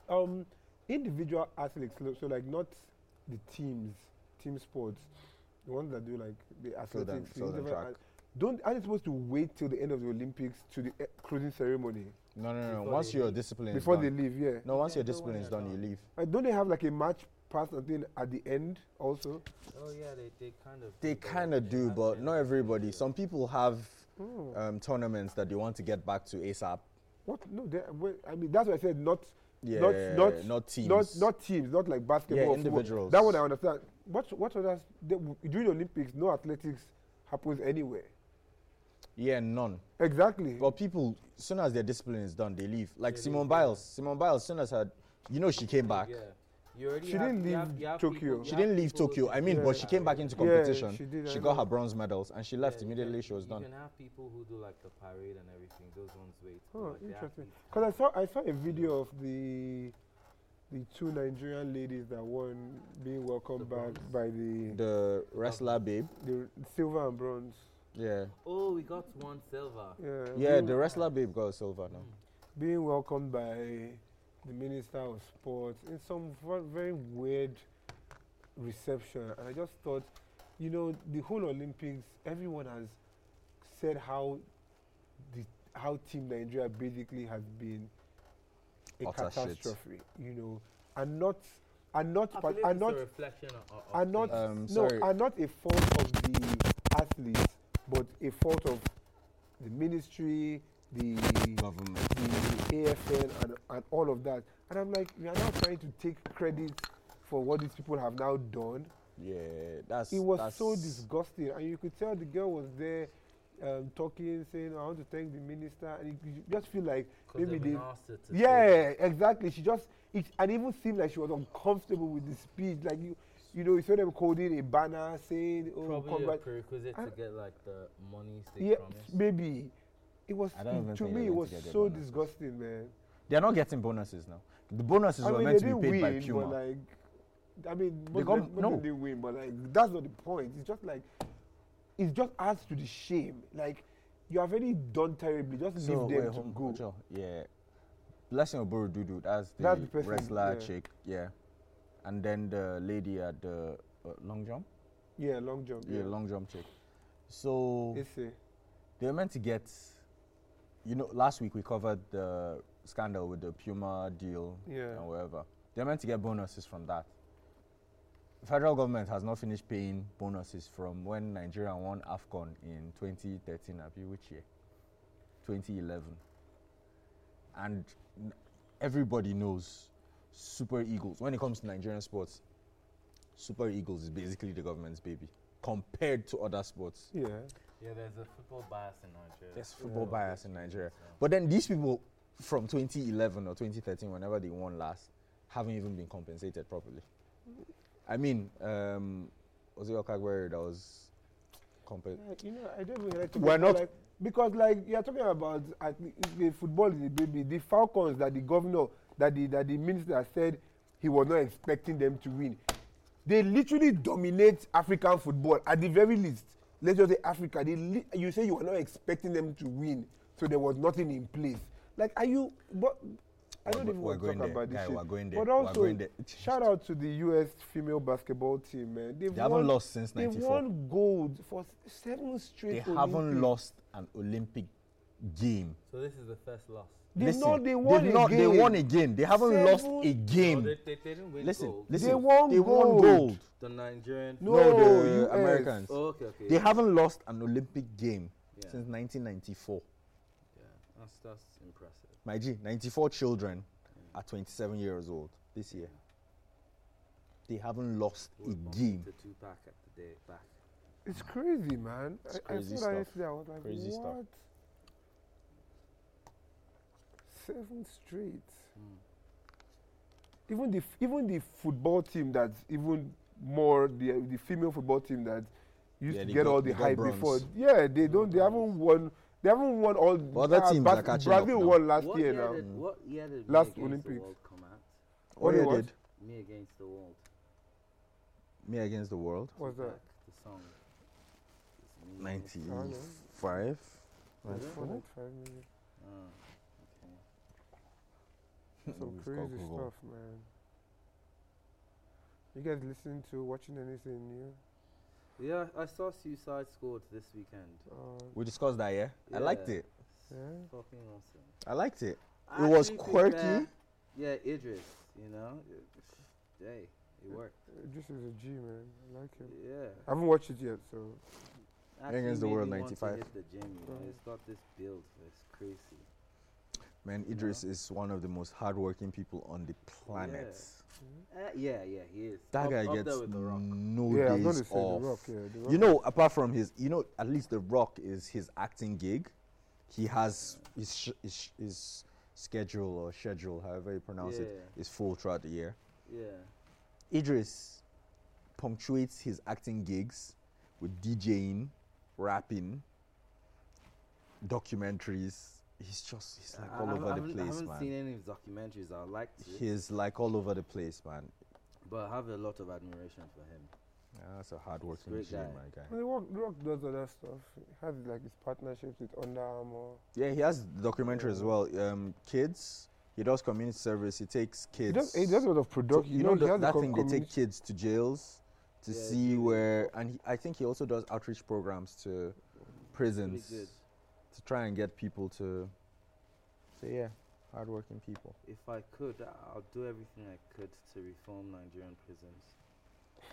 um, individual athletes, lo- so like not the teams, team sports, the ones that do like the
Field
athletics,
and-
the
field and
individual
track.
ath- don't aren't they supposed to wait till the end of the Olympics to the eh, closing ceremony
No, no, no.
Before
once
they
your
leave.
discipline
before
is
they
done.
leave? Yeah.
No, once
Yeah,
your
so when
discipline is
they're
done, you
done.
leave.
Like, don't they have like a match pass or something at the end also?
Oh yeah, they, they kind of
They
do, but
kind of
they
do,
have
but
their
not
own
everybody.
idea.
Some people have
Oh.
um, tournaments that they want to get back to ASAP.
What? No, they, well, I mean that's what I said. Not
Yeah,
Not- not-
not teams.
Not not teams, not like basketball.
Yeah,
or football.
individuals.
That one I understand. What what others they, w- during the Olympics? No athletics happens anywhere.
yeah, none.
Exactly.
But people, as soon as their discipline is done, they leave. Like
They
Simone
leave, yeah.
Biles. Simone Biles, as soon as her, you know, she came back.
Yeah. You already
She
have,
didn't
you
leave
have, you have
Tokyo.
People, you
She
have
didn't leave
people
Tokyo. I
who
mean,
do
but
that,
she came back
right?
into
Yeah,
competition.
she did, I
she got
know.
her bronze medals and she
Yeah,
left
you
immediately.
can-
She was
you
done.
can have people who do like the parade and everything. Those ones wait. but,
Oh,
like, they have
interesting.
these-
Because I saw I saw a video of the the two Nigerian ladies that won being welcomed
The
back by the,
The wrestler babe.
the silver and bronze.
Yeah.
Oh, we got one silver.
Yeah.
Yeah,
being,
the wrestler babe got silver now.
Mm.
being welcomed by the minister of sports in some ver- very weird reception, and I just thought, you know, the whole Olympics, everyone has said how the how Team Nigeria basically has been a
Utter shit.
catastrophe, you know, and not and not
I
part,
believe
and
it's
not
a reflection of, of
are not
things.
Um,
no
sorry.
are not a fault of the athletes, but a fault of the ministry, the
Government.
the AFN, and, and all of that. And I'm like, we are now trying to take credit for what these people have now done.
Yeah, that's.
It was
that's,
so disgusting, and you could tell the girl was there. Um, talking, saying, I want to thank the minister, and you- you just feel like
'cause
maybe
they've
they,
been asked to take it.
yeah, exactly. She just it, and even seemed like she was uncomfortable with the speech. Like you, you know, you saw them holding a banner saying, "Oh,
Probably a
congrats."
prerequisite
I-
to get like the monies they
Yeah,
promised.
maybe. It was
I don't even
to
think they
me. It
went
was
to get their
so
bonuses.
disgusting, man.
They're not getting bonuses now. The bonuses
I
were
mean,
meant
they
to be
didn't
paid
win,
by Puma.
but like, I mean,
They
most
come-
of them- most of
no.
them didn't win, but like, that's not the point. It's just like, it just adds to the shame. Like, you have already done terribly. Just
so
leave
wait,
them to
home-
go.
Ojo, Yeah. Blessing Oborududu, that's the,
That's the person,
wrestler
yeah.
chick, yeah. And then the lady at the uh, long jump,
Yeah, long jump.
yeah. long jump chick. So
It's a,
they were meant to get, you know, last week we covered the scandal with the Puma deal
Yeah.
and whatever. They're meant to get bonuses from that. Federal government has not finished paying bonuses from when Nigeria won AFCON in 2013, Abi, which year? 2011. And n- everybody knows Super Eagles, when it comes to Nigerian sports, Super Eagles is basically the government's baby compared to other sports.
yeah.
Yeah, there's a football bias in Nigeria.
There's football bias in Nigeria. But then these people from 2011 or 2013, whenever they won last, haven't even been compensated properly. I mean, um, was it Okagbari that was compensated?
Like, you know, I don't really like to
We're
talk
not-
like, because like you are talking about at the, the football is a baby. The Falcons that the governor that the that the minister said he was not expecting them to win. They literally dominate African football at the very least. Let's just say Africa. They li- you say you were not expecting them to win, so there was nothing in place. Like, are you? But I
We're
don't
go-
even
we're
want to
going
talk
there,
about this
guy,
shit.
we're going there,
But
we're
also,
going there.
shout out to the U.S. female basketball team, man. They've
They haven't
won-
lost since
they
94.
won gold for s- seven straight.
They
Olympics.
haven't lost an Olympic game.
So this is the first loss.
They know they won
they've not- They
again.
won a game. They haven't
Seven-
lost a
No, Oh, they,
game.
they, they didn't win
Listen,
gold.
listen.
won
they
gold.
won gold.
The Nigerian.
No,
the
US.
Americans.
Oh, okay, okay.
They
yeah,
haven't lost an Olympic game
Yeah.
since 1994.
Yeah, that's, that's impressive.
My G, 94 children are 27 years old this year. They haven't lost
It
a
was bumped
game.
To two pack at the day back.
It's crazy, man. I-
crazy
I, saw
stuff.
that yesterday. I was like,
Crazy
what?
stuff.
Seven straight.
Mm.
Hmm.
Even the f- even the football team that's even more the the female football team that used
Yeah,
to
they
get
got-
all
they
the
got
hype
bronze.
before. Yeah, they don't. They haven't won. They haven't won all. uh,
But other teams are catching up
Brazil
now.
won last
what
year
year
um,
now.
Did, what year did
Last
Me Against
Olympics.
the World come out?
What
Only
they
what?
did,
Me Against the World.
me against the world,
What's that?
Back, the song. It's me against-
95.
That's
Yeah.
four, like five minutes.
Ah, okay.
Some
We've got
crazy
Google.
stuff, man. You guys listening to watching anything new?
Yeah, I saw Suicide Squad this weekend.
Uh,
We discussed that, yeah? I liked
Yeah.
it.
It's
Yeah.
Fucking awesome.
I liked it.
I
It was
actually
quirky.
prefer- yeah, Idris, you know? It- Hey, it worked.
this is a G man. I like him.
Yeah.
I haven't watched it yet, so
Actually
Against the
made
World
me want to
95.
hit the gym, you know?
Mm.
It's got this build, it's crazy.
Man, Idris is one of the most hardworking people on the planet.
Uh, yeah, yeah, he is.
That
Up-
guy
up there
gets
with The Rock.
no
yeah, I'm gonna
days
say
off.
the Rock. Yeah, the Rock.
You know, apart from his, you know, at least The Rock is his acting gig. He has his sh- his, sh- his schedule or schedule, however you pronounce it,
Yeah.
is full throughout the year.
Yeah.
Idris punctuates his acting gigs with DJing, rapping, documentaries. He's just he's like
I-
all
I,
over
I
the
haven't- I
place,
haven't seen
man.
any of his documentaries. I like to,
He's like all over the place, man.
but I have a lot of admiration for him.
Yeah, Ah, that's a hardworking
Great
G,
guy.
my guy.
the Rock, the Rock does other stuff. He has like his partnerships with Under Armour.
Yeah, he has the documentary as well. Um, kids. He does community service. He takes
He
kids.
does, he does a lot of
So,
production.
you know
he
the,
has a
that
com-
thing they take
community-
kids to jails to
Yeah,
see
jail.
where, and he, I think he also does outreach programs to
Really
prisons
good.
to try and get people to. So yeah, hardworking people.
If I could, I- I'll do everything I could to reform Nigerian prisons.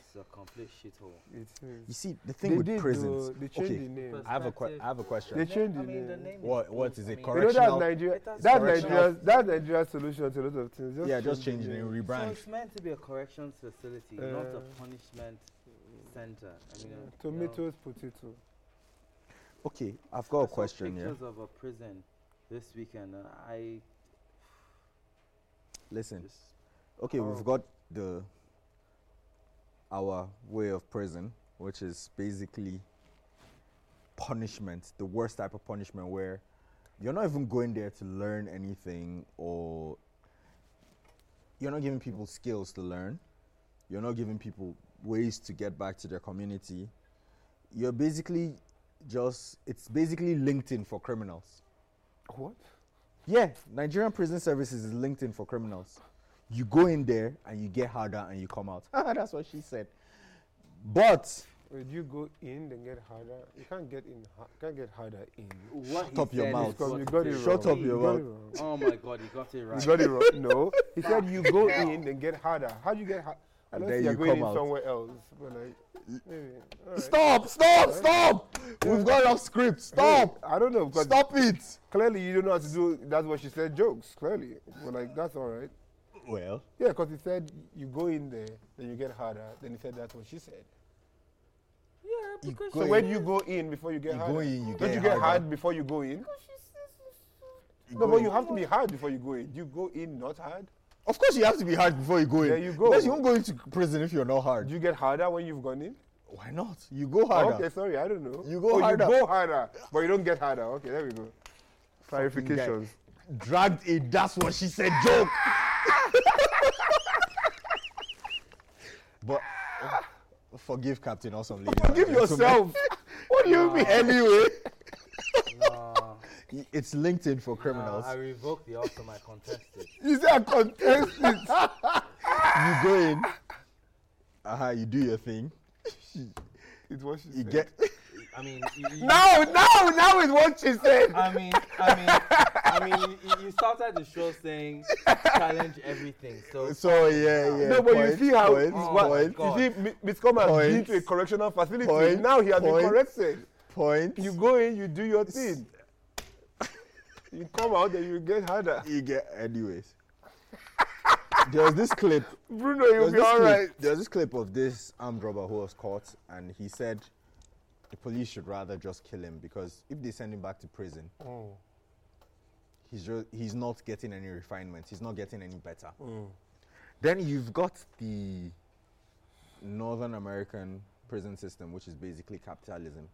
It's a complete shithole.
It is.
You see, the thing with
did,
prisons.
though, they changed
okay,
the name.
I have a que-
Perspective.
I have a question.
They changed
I
the
mean, the
name.
name
What-
is
what
old.
is
I
it,
mean,
You know that's
Correctional-
Nigeria.
It has
That's
correctional-
Nigeria's. That's Nigeria's solution to a lot of things. Just
yeah, just
change
changing
the
it,
name.
So
rebrand.
it's meant to be a corrections facility, not a
Uh,
punishment center. I mean, uh, You know,
Tomatoes, potato.
Okay, I've got a
I saw
question. Yeah,
Pictures of a prison this weekend, and I
listen.
just
Okay,
Oh.
we've got the our way of prison, which is basically punishment, the worst type of punishment where you're not even going there to learn anything or you're not giving people skills to learn. You're not giving people ways to get back to their community. You're basically just it's basically LinkedIn for criminals.
What?
Yeah, Nigerian prison services is LinkedIn for criminals. You go in there and you get harder and you come out. That's what she said. But
Would you go in then get harder? You can't get in. ha- Can't get harder in.
Shut up your mouth.
Because you got it
Shut up
wrong.
your
You got
mouth.
it wrong.
Oh my God, you got it right.
You got it wrong. No, he said you go in and get harder. How do you get harder? I
And
don't
then
see you're
you
going
come
in
out.
somewhere else. But like, maybe. All right.
stop, stop, stop. We've got off script. Stop.
I don't know because
Stop it.
clearly you don't know how to do. That's what she said. Jokes clearly. But like that's all right.
Well,
Yeah, because he said you go in there, then you get harder. Then he said that's what she said.
Yeah,
You
because
go
she-
so where do you go in before you get
You go
harder?
in, you
don't
get
you get
harder.
hard before you go in?
you
no,
go
but
in-
you have to be hard before you go in. Do you go in not hard?
Of course, you have to be hard before you go in.
There you go.
Because you won't go into prison if you're not
Do
hard.
you get harder when you've gone in?
Why not? You go
Oh,
harder.
Okay, sorry, I don't know.
You go
oh,
harder.
You go harder, but you don't get harder. Okay, there we go. Clarifications.
Dragged a that's what she said joke. but uh, forgive Captain Awesome. ladies and
Give
gentlemen.
yourself. what do you mean?
Anyway,
Nah,
it's LinkedIn for criminals.
nah, I revoked the offer. I contested.
You say I contest it.
you go in, uh-huh, you do your thing,
It's what she
you
said.
get.
I mean, you, you,
now, now, now is what she said.
I mean, I mean, I mean, you- you, you started the show saying challenge everything. So
So yeah, yeah.
no, but
point,
you see how
point,
Oh
what-
my
point,
God.
you see, Mi- Miss Comer has been
Point.
to a correctional facility.
Point.
now he has
Point.
been corrected.
point.
You go in, you do your thing. you come out, then you get harder.
you get anyways. there was this clip.
Bruno,
There
you'll
was,
be
this
all
clip
right.
there was this clip of this armed robber who was caught, and he said the police should rather just kill him because if they send him back to prison,
Oh.
he's just, he's not getting any refinement. He's not getting any better. Then you've got the Northern American prison system, which is basically capitalism.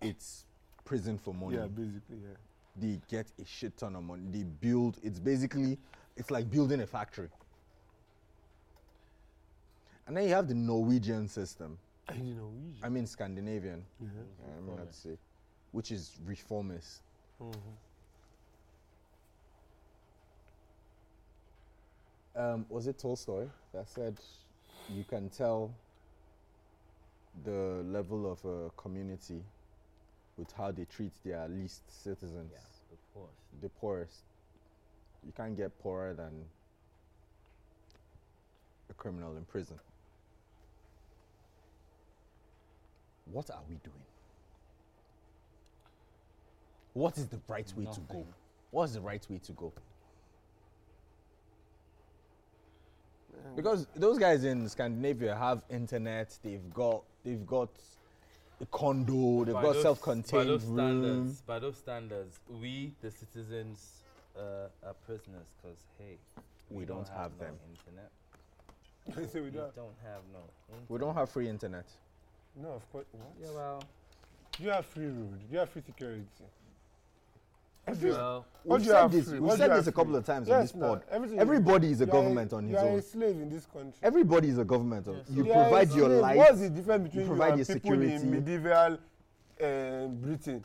It's prison for money
Yeah, basically, yeah.
they get a shit ton of money. They build. It's basically, it's like building a factory. And then you have the Norwegian system.
And you know, we-
I mean Scandinavian. I mean, let's say, which is reformist. Um, was it Tolstoy that said you can tell the level of a community with how they treat their least citizens?
yeah, of course.
the poorest. You can't get poorer than a criminal in prison. What are we doing? What is the right way to go? What's the right way to go? Because those guys in Scandinavia have internet, they've got they've got a condo, they've
By
got
those- by
self-contained
those
room.
standards, by those standards, we the citizens uh, are prisoners because hey,
We don't have
no
them.
internet.
so we
We
don't.
don't have no. Internet.
We don't have free internet.
No, of course. What?
Yeah, well,
Do you have free road? Do you have free security?
well,
We've
What do you
said
have
this,
free?
we've
What do
said
you
this a
have
couple
free?
of times on
Yes,
this
nah,
pod.
everything-
Everybody is a
you are
government on
you
his
are
own.
a slave in this country.
Everybody is a government on. you
You are a
provide your
slave.
life.
What's the difference between you,
provide
and
your
people
security.
in medieval uh, Britain?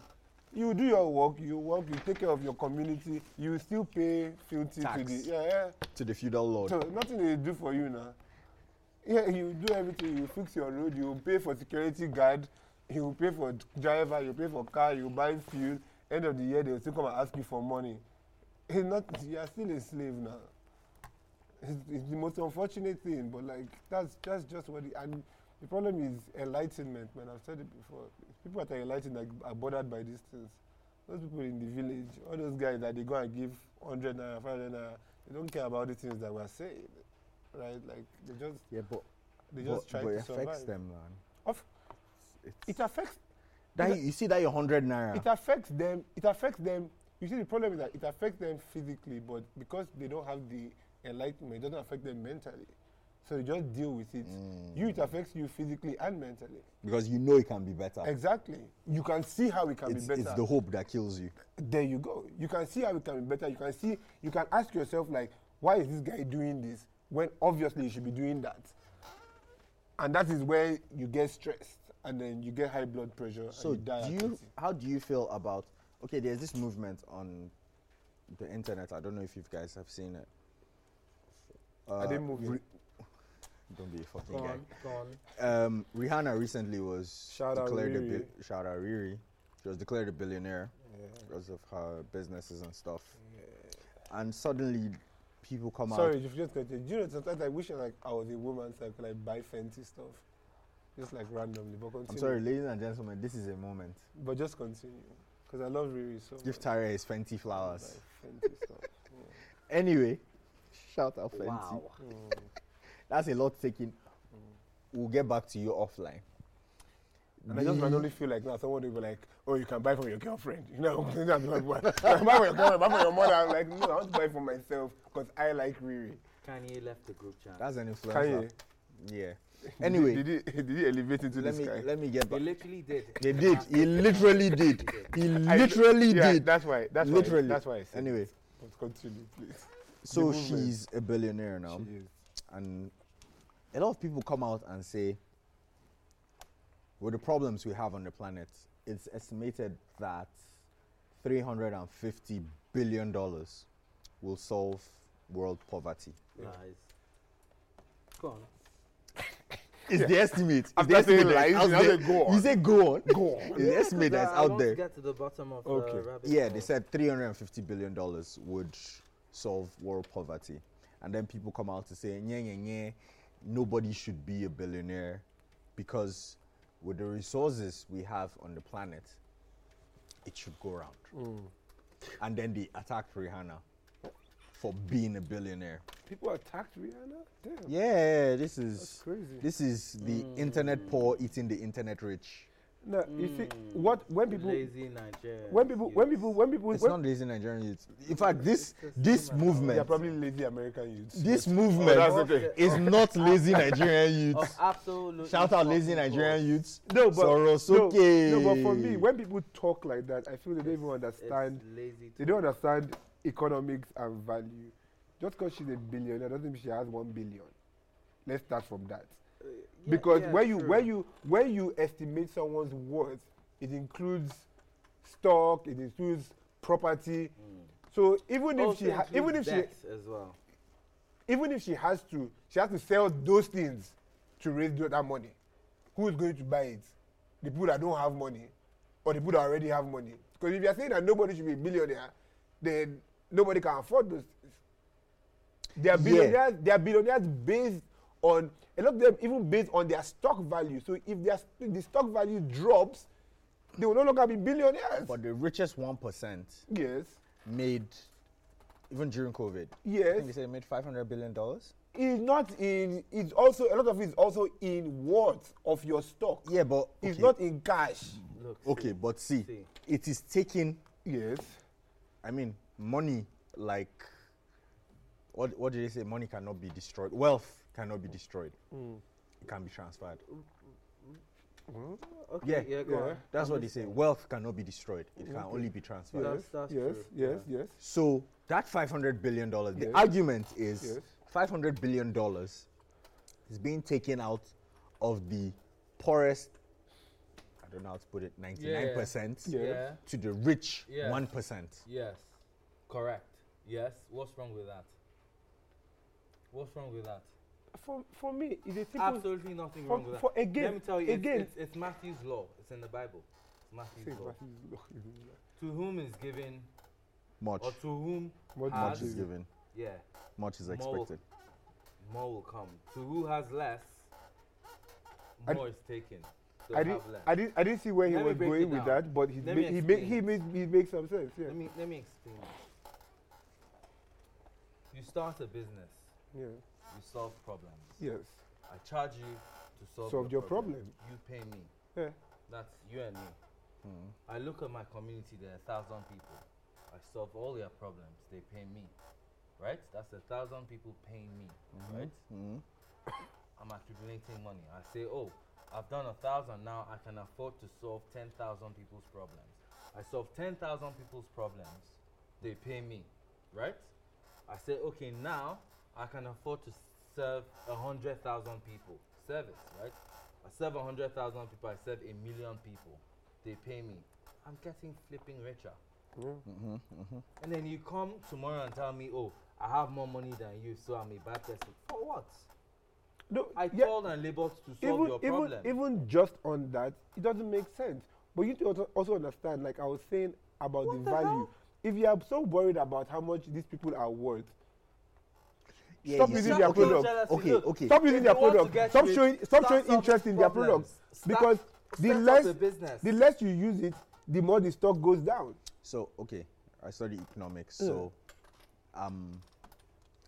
You do your work, you work, you take care of your community, you still pay filthy to
Tax.
the yeah, yeah.
to the feudal lord.
So nothing they do for you now. Yeah, you do everything. You fix your road. You pay for security guard. You pay for driver. You pay for car. You buy fuel. End of the year, they will still come and ask you for money. It's not. You are still a slave now. It's, it's the most unfortunate thing, but like that's that's just what. It, and the problem is enlightenment, man. I've said it before. People that are enlightened are, are bothered by these things. Those people in the village, all those guys that they go and give hundred naira, five hundred naira, they don't care about the things that we're saying, right? Like they just
yeah, but,
they
but,
just try
but
to
it affects
survive.
them, man.
Of,
It's,
it affects
that you see that your hundred naira.
it affects them. It affects them. You see, the problem is that it affects them physically, but because they don't have the enlightenment, it doesn't affect them mentally. So they just deal with it.
Mm.
You, it affects you physically and mentally.
because you know it can be better.
Exactly. You can see how it can
It's,
be better.
it's the hope that kills you.
there you go. You can see how it can be better. You can see, you can ask yourself, like, why is this guy doing this when obviously you should be doing that? And that is where you get stressed and then you get high blood pressure
So
and you die.
do
at
you?
30.
How do you feel about? Okay, there's this movement on the internet. I don't know if you guys have seen it. Uh,
I didn't move
Ri-
it.
don't be a fucking
Go
guy.
on, go on.
Um, Rihanna recently was
Shout out
declared a
Riri.
bi- shout out Riri. She was declared a billionaire
Yeah.
because of her businesses and stuff. And suddenly, people come out.
Sorry, if you just continue. Do you know sometimes I wish I, like I was a woman so I could like buy fancy stuff, just like randomly. But continue.
I'm sorry, ladies and gentlemen, this is a moment.
But just continue, because I love Riri so.
Give
much.
Tyra his Fenty
Buy
flowers.
fancy stuff. Yeah.
Anyway, shout out Fenty.
Mm.
That's a lot taken. We'll get back to you offline.
And I just
The-
randomly feel like now someone will be like, oh, you can buy from your girlfriend. You know, I'm like, "Why? buy from your girlfriend, buy from your mother. I'm like, no, I want to buy for myself because I like Riri.
Kanye left the group chat.
That's an influencer.
Kanye,
Yeah. Anyway,
did, did, he, did he elevate into
let
this
me
guy?
let me get
they
back.
literally did.
They did. He literally did. He literally
yeah,
did.
That's why. That's
Literally.
Why, that's why I said.
Anyway,
But continue, please.
so
movement.
she's a billionaire now,
She is.
and a lot of people come out and say, with the problems we have on the planet, it's estimated that 350 billion dollars will solve world poverty.
Lies. Go on.
It's the estimate. It's the
After saying
estimate that's
lies,
out
you now
there.
say go
You
on.
say go on.
Go on.
It's the
Because
estimate that's
I- I
out
want to
there.
get to the bottom of
Okay.
the rabbit
Yeah,
hole.
they said 350 billion dollars would solve world poverty, and then people come out to say, "Yeah, yeah, yeah, nobody should be a billionaire because with the resources we have on the planet, it should go round."
Hmm.
And then they attacked Rihanna for being a billionaire.
People attacked Rihanna? Damn.
Yeah, this is
That's crazy.
This is the internet poor eating the internet rich.
No, you see, what, when people,
lazy Nigerians.
when people, when
yes.
people, when people,
It's
when,
not lazy Nigerian youth. In fact, this
It's the
this
same as
they are
movement,
probably lazy American youths.
this
Oh,
movement
that's
Of
okay.
the-
is not lazy
Oh,
Nigerian
Of
youths.
absolutely.
Shout out lazy
fucking
Nigerian
course.
youths.
No, but
Sorosuke.
No, no, but for me, when people talk like that, I feel they don't even
It's- it's
understand.
lazy
They don't understand economics and value. Just because she's a billionaire doesn't mean she has one billion. Let's start from that.
Uh, yeah,
because
yeah,
when you
true.
when you when you estimate someone's worth, it includes stock, it includes property. So even if
Also
she ha- even if
includes
she
Mm. debt as well.
even if she has to, she has to sell those things to raise tho- that money. Who is going to buy it? The people that don't have money, or the people that already have money. Because if you are saying that nobody should be a billionaire, then nobody can afford those. Things. They are
Yeah.
billionaires. They are billionaires based on a lot of them even based on their stock value. So if their st- the stock value drops, they will no longer be billionaires.
But the richest one percent
yes,
made, even during COVID, I
yes.
think they said made 500 billion dollars.
It's not in. It's also a lot of it is also in worth of your stock.
Yeah, but
It's
okay.
not in cash.
Look.
okay.
see,
But see,
see.
it is taking.
Yes.
I mean, money like. What what did they say? Money cannot be destroyed. Wealth cannot be destroyed.
Hmm.
It can be transferred.
Mm.
Okay,
Yeah,
yeah, go on.
That's what they say. Wealth cannot be destroyed. It can only be transferred.
That's- that's
yes.
true,
Yes. Yes.
So that five hundred billion dollars, the
Yes.
argument is
Yes.
five hundred billion dollars is being taken out of the poorest. I don't know how to put it. Ninety-nine percent
Yeah.
Yeah.
to the rich
Yeah.
one percent.
Yes. Correct. Yes. What's wrong with that? What's wrong with that?
For for me, it's a simple.
Absolutely nothing
for-
wrong with that.
for again-
Let me tell you, it's-
again-
It's, it's Matthew's law. It's in the Bible. It's
Say
Matthew's
Matthew
law.
is not even like-
To whom is given,
Much,
or to whom
Much is
much
has,
is
given.
given,
yeah,
much is
More.
expected.
more will come. To who has less,
I d-
more is taken. They'll
I
have
didn't.
less.
I didn't. I didn't see where he
Let me
was
break
going
it
with
down.
that, but he
Let
ma-
me
he make
explain
he
it.
made he makes some sense. Yeah.
Let me let me explain. This. You start a business.
Yeah.
You solve problems.
Yes.
I charge you to solve,
Solve your problem.
You pay me.
Yeah.
That's you and me. I look at my community. There are a thousand people. I solve all their problems. They pay me. Right? That's a thousand people paying me. Right?
Mhm.
I'm accumulating money. I say, oh, I've done a thousand now. I can afford to solve 10,000 people's problems. I solve 10,000 people's problems. They pay me, right? I say, okay, now I can afford to serve 100,000 people. Service, right? I serve 100,000 people. I serve a million people. They pay me. I'm getting flipping richer. And then you come tomorrow and tell me, oh, I have more money than you, so I'm a bad person. For what?
No,
I
yeah,
called and labored to solve your
even,
problem.
even just on that, it doesn't make sense. But you need to also- also understand, like I was saying about the, value. If you are so worried about how much these people are worth,
Yeah,
Stop
yeah,
using
yeah.
their
Okay,
product.
jealousy.
Okay,
Look,
okay.
stop
if
using
you
their
want to
product.
get
Stop
rich,
showing stop
start
showing
solving
interest in their
problems.
products
Start-
because the
set up
less
a business.
the less you use it, the more the stock goes down.
So okay, I study economics, so um,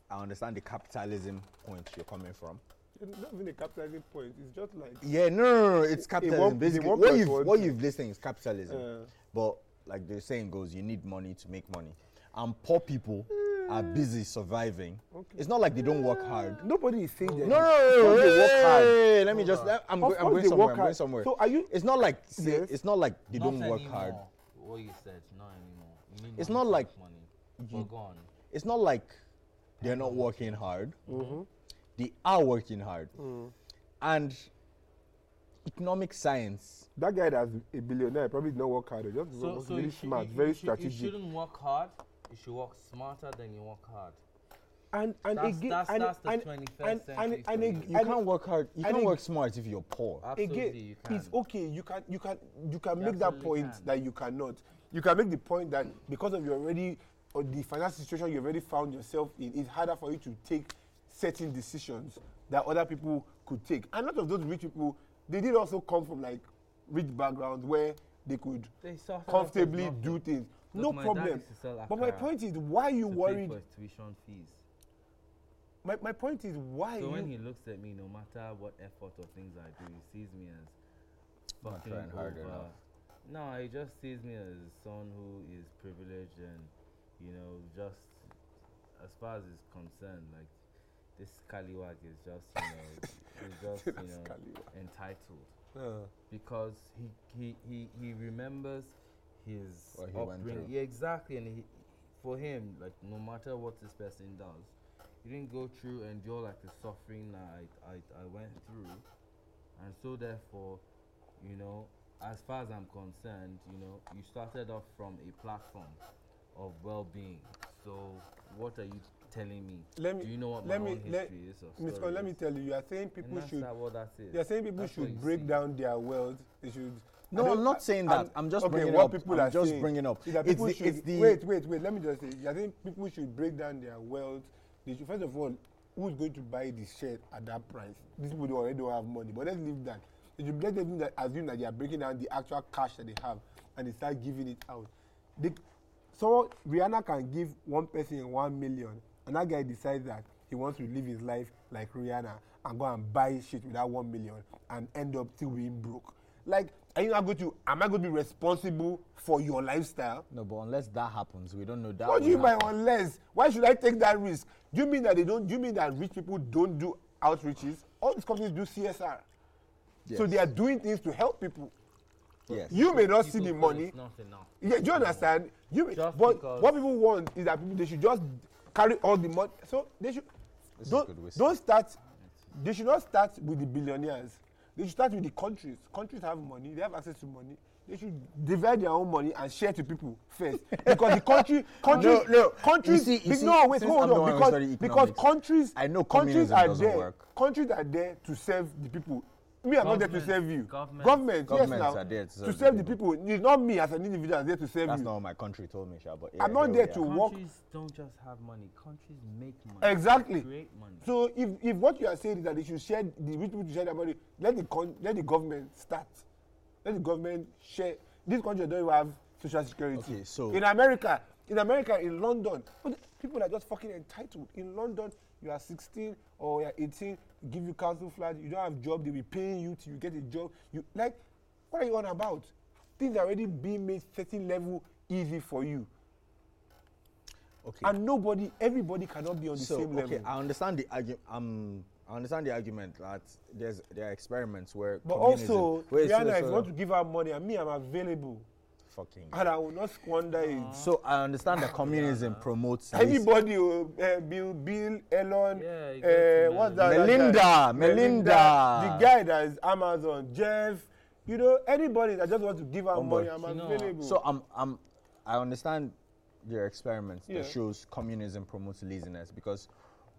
I understand the capitalism point you're coming from.
It's not even a capitalizing point. It's just like
Yeah, no, no, no, it's capitalism.
won't- they
basically,
won't
what
plus
you've
one
what
two.
you've listened is capitalism.
Yeah.
But like the saying goes, you need money to make money, and poor people are busy surviving. It's not like they don't work hard.
nobody is saying that.
No, no, no, no,
Of course they work hard.
hey, let me just. I'm,
Of
go, I'm
course
going
they
somewhere.
work
I'm going
hard.
somewhere.
So are you-
It's not like say,
Yes.
it's not like they
Not
don't work
anymore.
hard.
What you said, not anymore. You need
It's
money
not
to
like
make money. We're gone.
It's not like they're not working hard.
Mm-hmm.
They are working hard,
Mm.
and economic science.
That guy that's a billionaire probably did not work hard. He Just was really
should-
smart,
you- you
very
should- You
strategic.
shouldn't work hard. You should work smarter than you work hard.
And and
That's-
again,
that's-
and,
that's the
and,
21st
and, and,
century
and,
for
ag-
me.
You
and
can't work hard. You
and
can't
ag-
work smart if you're poor.
Absolutely, you
again,
can.
it's okay. You can you can you can
You
make that
absolutely
point
can.
that you cannot. You can make the point that because of your already or the financial situation you already found yourself in, it's harder for you to take certain decisions that other people could take. And a lot of those rich people, they did also come from like rich backgrounds where they could
They started off with
comfortably
nothing.
do things.
Look,
no
my dad
problem.
used to sell
But my
akara
point is, why are you
to pay
worried?
for his tuition fees.
My, my point is, why
So
you
when he looks at me, no matter what effort or things I do, he sees me as fucking
trying hard
over.
enough.
No, he just sees me as someone who is privileged and, you know, just as far as is concerned, like this scallywag is just, you know, is just, you know, entitled because he he he, he remembers his
What he went
upbringing.
through.
Yeah, exactly. And he, for him, like no matter what this person does, he didn't go through and endure like the suffering that I, I I went through, and so therefore, you know, as far as I'm concerned, you know, you started off from a platform of well-being. So what are you telling me?
Let me-
Do you know what
let
my
me-
own history
let-
is? Or
Miss
story
Con, let me
is?
tell you, you are saying
And
people
that's
should.
not what that is.
You are saying people
That's what
should
you
break
see.
down their wealth. They should. I
No,
don't-
I'm not saying that. I'm just bringing
what
up-
People
I'm
are
just
saying
bringing up.
is that
It's
people
the-
should,
it's the-
wait, wait, wait. Let me just say. I think people should break down their wealth. They should, first of all, who's going to buy the share at that price? These people don't already don't have money, but let's leave that. They should let them that assume that they are breaking down the actual cash that they have, and they start giving it out. They, so Rihanna can give one person one million, and that guy decides that he wants to live his life like Rihanna and go and buy shit with that one million and end up still being broke. Like, are you not going to? Am I going to be responsible for your lifestyle?
No, but unless that happens, we don't know that.
What do
will
you mean by
happen.
unless? Why should I take that risk? Do you mean that they don't? Do you mean that rich people don't do outreaches? All these companies do CSR, so
Yes.
they are doing things to help people.
Yes.
You may not see
People
the
feel
money.
it's not enough.
Yeah, do you understand? You
Just
but
because-
what people want is that people, they should just carry all the money. So they should
is good
don't,
wisdom.
don't start. They should not start with the billionaires. They should start with the countries. Countries have money. They have access to money. They should divide their own money and share to people first because the country countries
No, no.
countries
You see- you
be-
see,
no wait
since
hold
I'm the one
on
who
because
studied
because
economics,
countries
I know
countries
communism
are
doesn't
there
work.
countries are there to serve the people. Me, I'm not there to
Governments-
serve you.
governments-
Government, yes,
Governments
now,
are there to serve
to
the
serve the people. It's not me as an individual that's there to serve
That's
you.
not what my country told me, Sha, but yeah,
I'm not
here we
there
are.
to work.
Countries don't just have money. Countries make money.
Exactly.
Create money.
So if, if what you are saying is that they should share the rich people to share their money, let the con- let the government start. Let the government share. This country don't even have social security.
Okay, so-
in America, in America, in London, but the- people are just fucking entitled. In London, you are 16 or you are 18, they give you council flat. You don't have job, they be paying you till you get a job. You like, what are you on about? Things are already being made certain level easy for you,
Okay.
and nobody, everybody cannot be on the
so,
same
okay,
level.
I understand the argument. Um, I understand the argument that there's there are experiments where.
But
communism-
also,
Wait, so-
Rihanna, if
so-
you want to give her money, and me, I'm available,
fucking.
and I will not squander it.
Ah.
So I understand that communism promotes. this-
Anybody, will, uh, Bill, Bill, Elon,
Yeah, you
uh,
get
what's
to
that? that
Melinda,
guy?
Melinda.
the guy that is Amazon, Jeff, you know, anybody that just wants to give her money,
Humble.
I'm
You know,
available.
So I'm I'm I understand your experiments
Yeah.
that shows communism promotes laziness because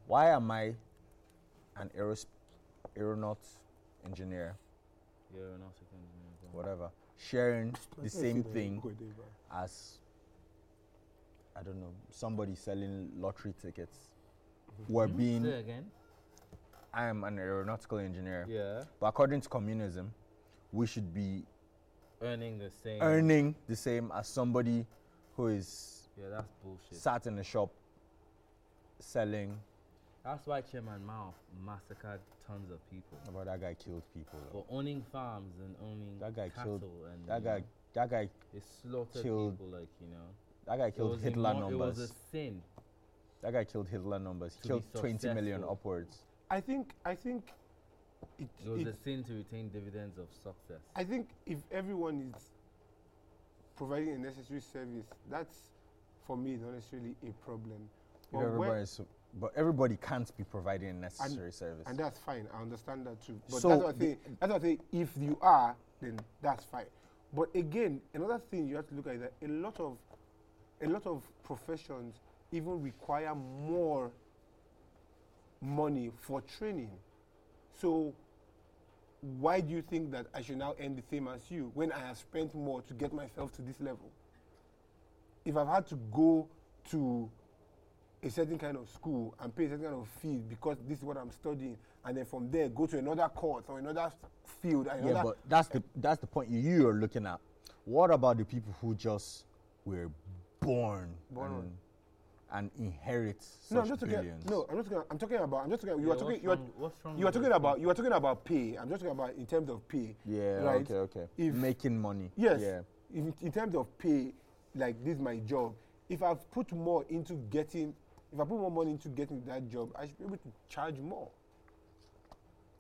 why am I an aeros- aeronaut engineer,
Yeah, aeronautic engineer. go on.
whatever, sharing the same thing
Go there, man.
as I don't know somebody selling lottery tickets? We're
Say
being
again.
I am an aeronautical engineer,
Yeah.
but according to communism, we should be
Earning the same.
earning the same as somebody who is
Yeah, that's bullshit.
sat in a shop selling.
That's why Chairman Mao massacred tons of people
About Oh, that guy killed people.
for
though.
owning farms and owning
That guy
cattle
killed-
and
That
you
guy,
know,
that guy,
they slaughtered
killed-
people like you know.
that guy
It
killed
was
Hitler
immo- It was
numbers.
a sin.
That guy killed Hitler numbers.
To
He killed
be
20 million
successful.
upwards.
I think I think it,
It was
it-
a sin to retain dividends of success.
I think if everyone is providing a necessary service, that's for me not necessarily a problem.
If
when-
everybody is, but everybody can't be providing a necessary service.
and that's fine. I understand that too. But
So
that's what I
the-
say. That's what I say. If you are, then that's fine. But again, another thing you have to look at is that a lot of a lot of professions even require more money for training. So why do you think that I should now end the same as you when I have spent more to get myself to this level? If I've had to go to a certain kind of school and pay a certain kind of fee because this is what I'm studying, and then from there go to another course or another field. and
yeah,
another-
but that's the that's the point you are looking at. What about the people who just were born,
Born
and,
with-
and inherit
no,
such
I'm just talking.
billions?
No, I'm just talking. I'm talking about. I'm just talking. You
Yeah,
are talking.
what's
You are,
wrong- what's wrong
you are
with
talking
it?
about. You are talking about pay. I'm just talking about in terms of pay.
Yeah.
right?
Okay. Okay.
If-
Making money.
Yes.
Yeah.
If, in terms of pay, like this is my job. If I've put more into getting, if I put more money into getting that job, I should be able to charge more.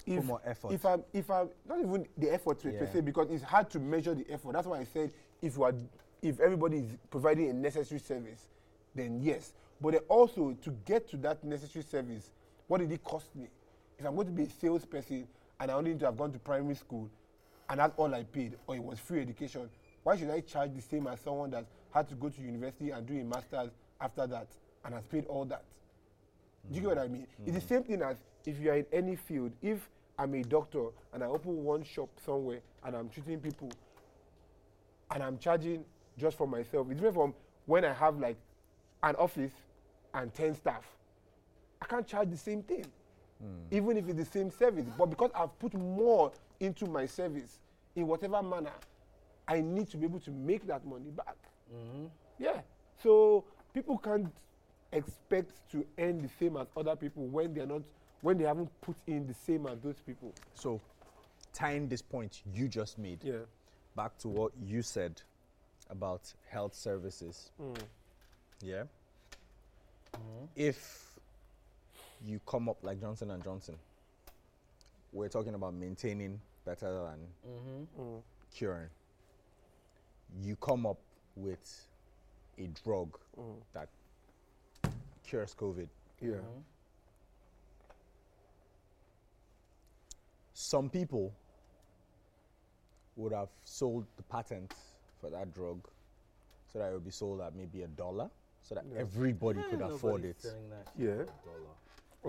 If,
more effort.
If I'm, if I'm not even the effort rate per
Yeah.
se, because it's hard to measure the effort. That's why I said if you are, if everybody is providing a necessary service, then yes. But then also to get to that necessary service, what did it cost me? If I'm going to be a salesperson and I only need to have gone to primary school, and that's all I paid, or it was free education, why should I charge the same as someone that had to go to university and do a master's after that and has paid all that? Do you get what I mean? It's the same thing as if you are in any field. If I'm a doctor and I open one shop somewhere and I'm treating people and I'm charging just for myself, it's different from when I have like an office and 10 staff. I can't charge the same thing, even if it's the same service. But because I've put more into my service in whatever manner, I need to be able to make that money back. Yeah. So people can't expect to earn the same as other people when they're not when they haven't put in the same as those people.
So, tying this point you just made
Yeah.
back to what you said about health services. Yeah. If you come up like Johnson and Johnson, we're talking about maintaining better than curing. You come up with a drug that cures COVID.
Yeah.
some people would have sold the patent for that drug so that it would be sold at maybe a dollar so that everybody could
Eh, Nobody's
afford it.
selling that shit
Yeah.
for a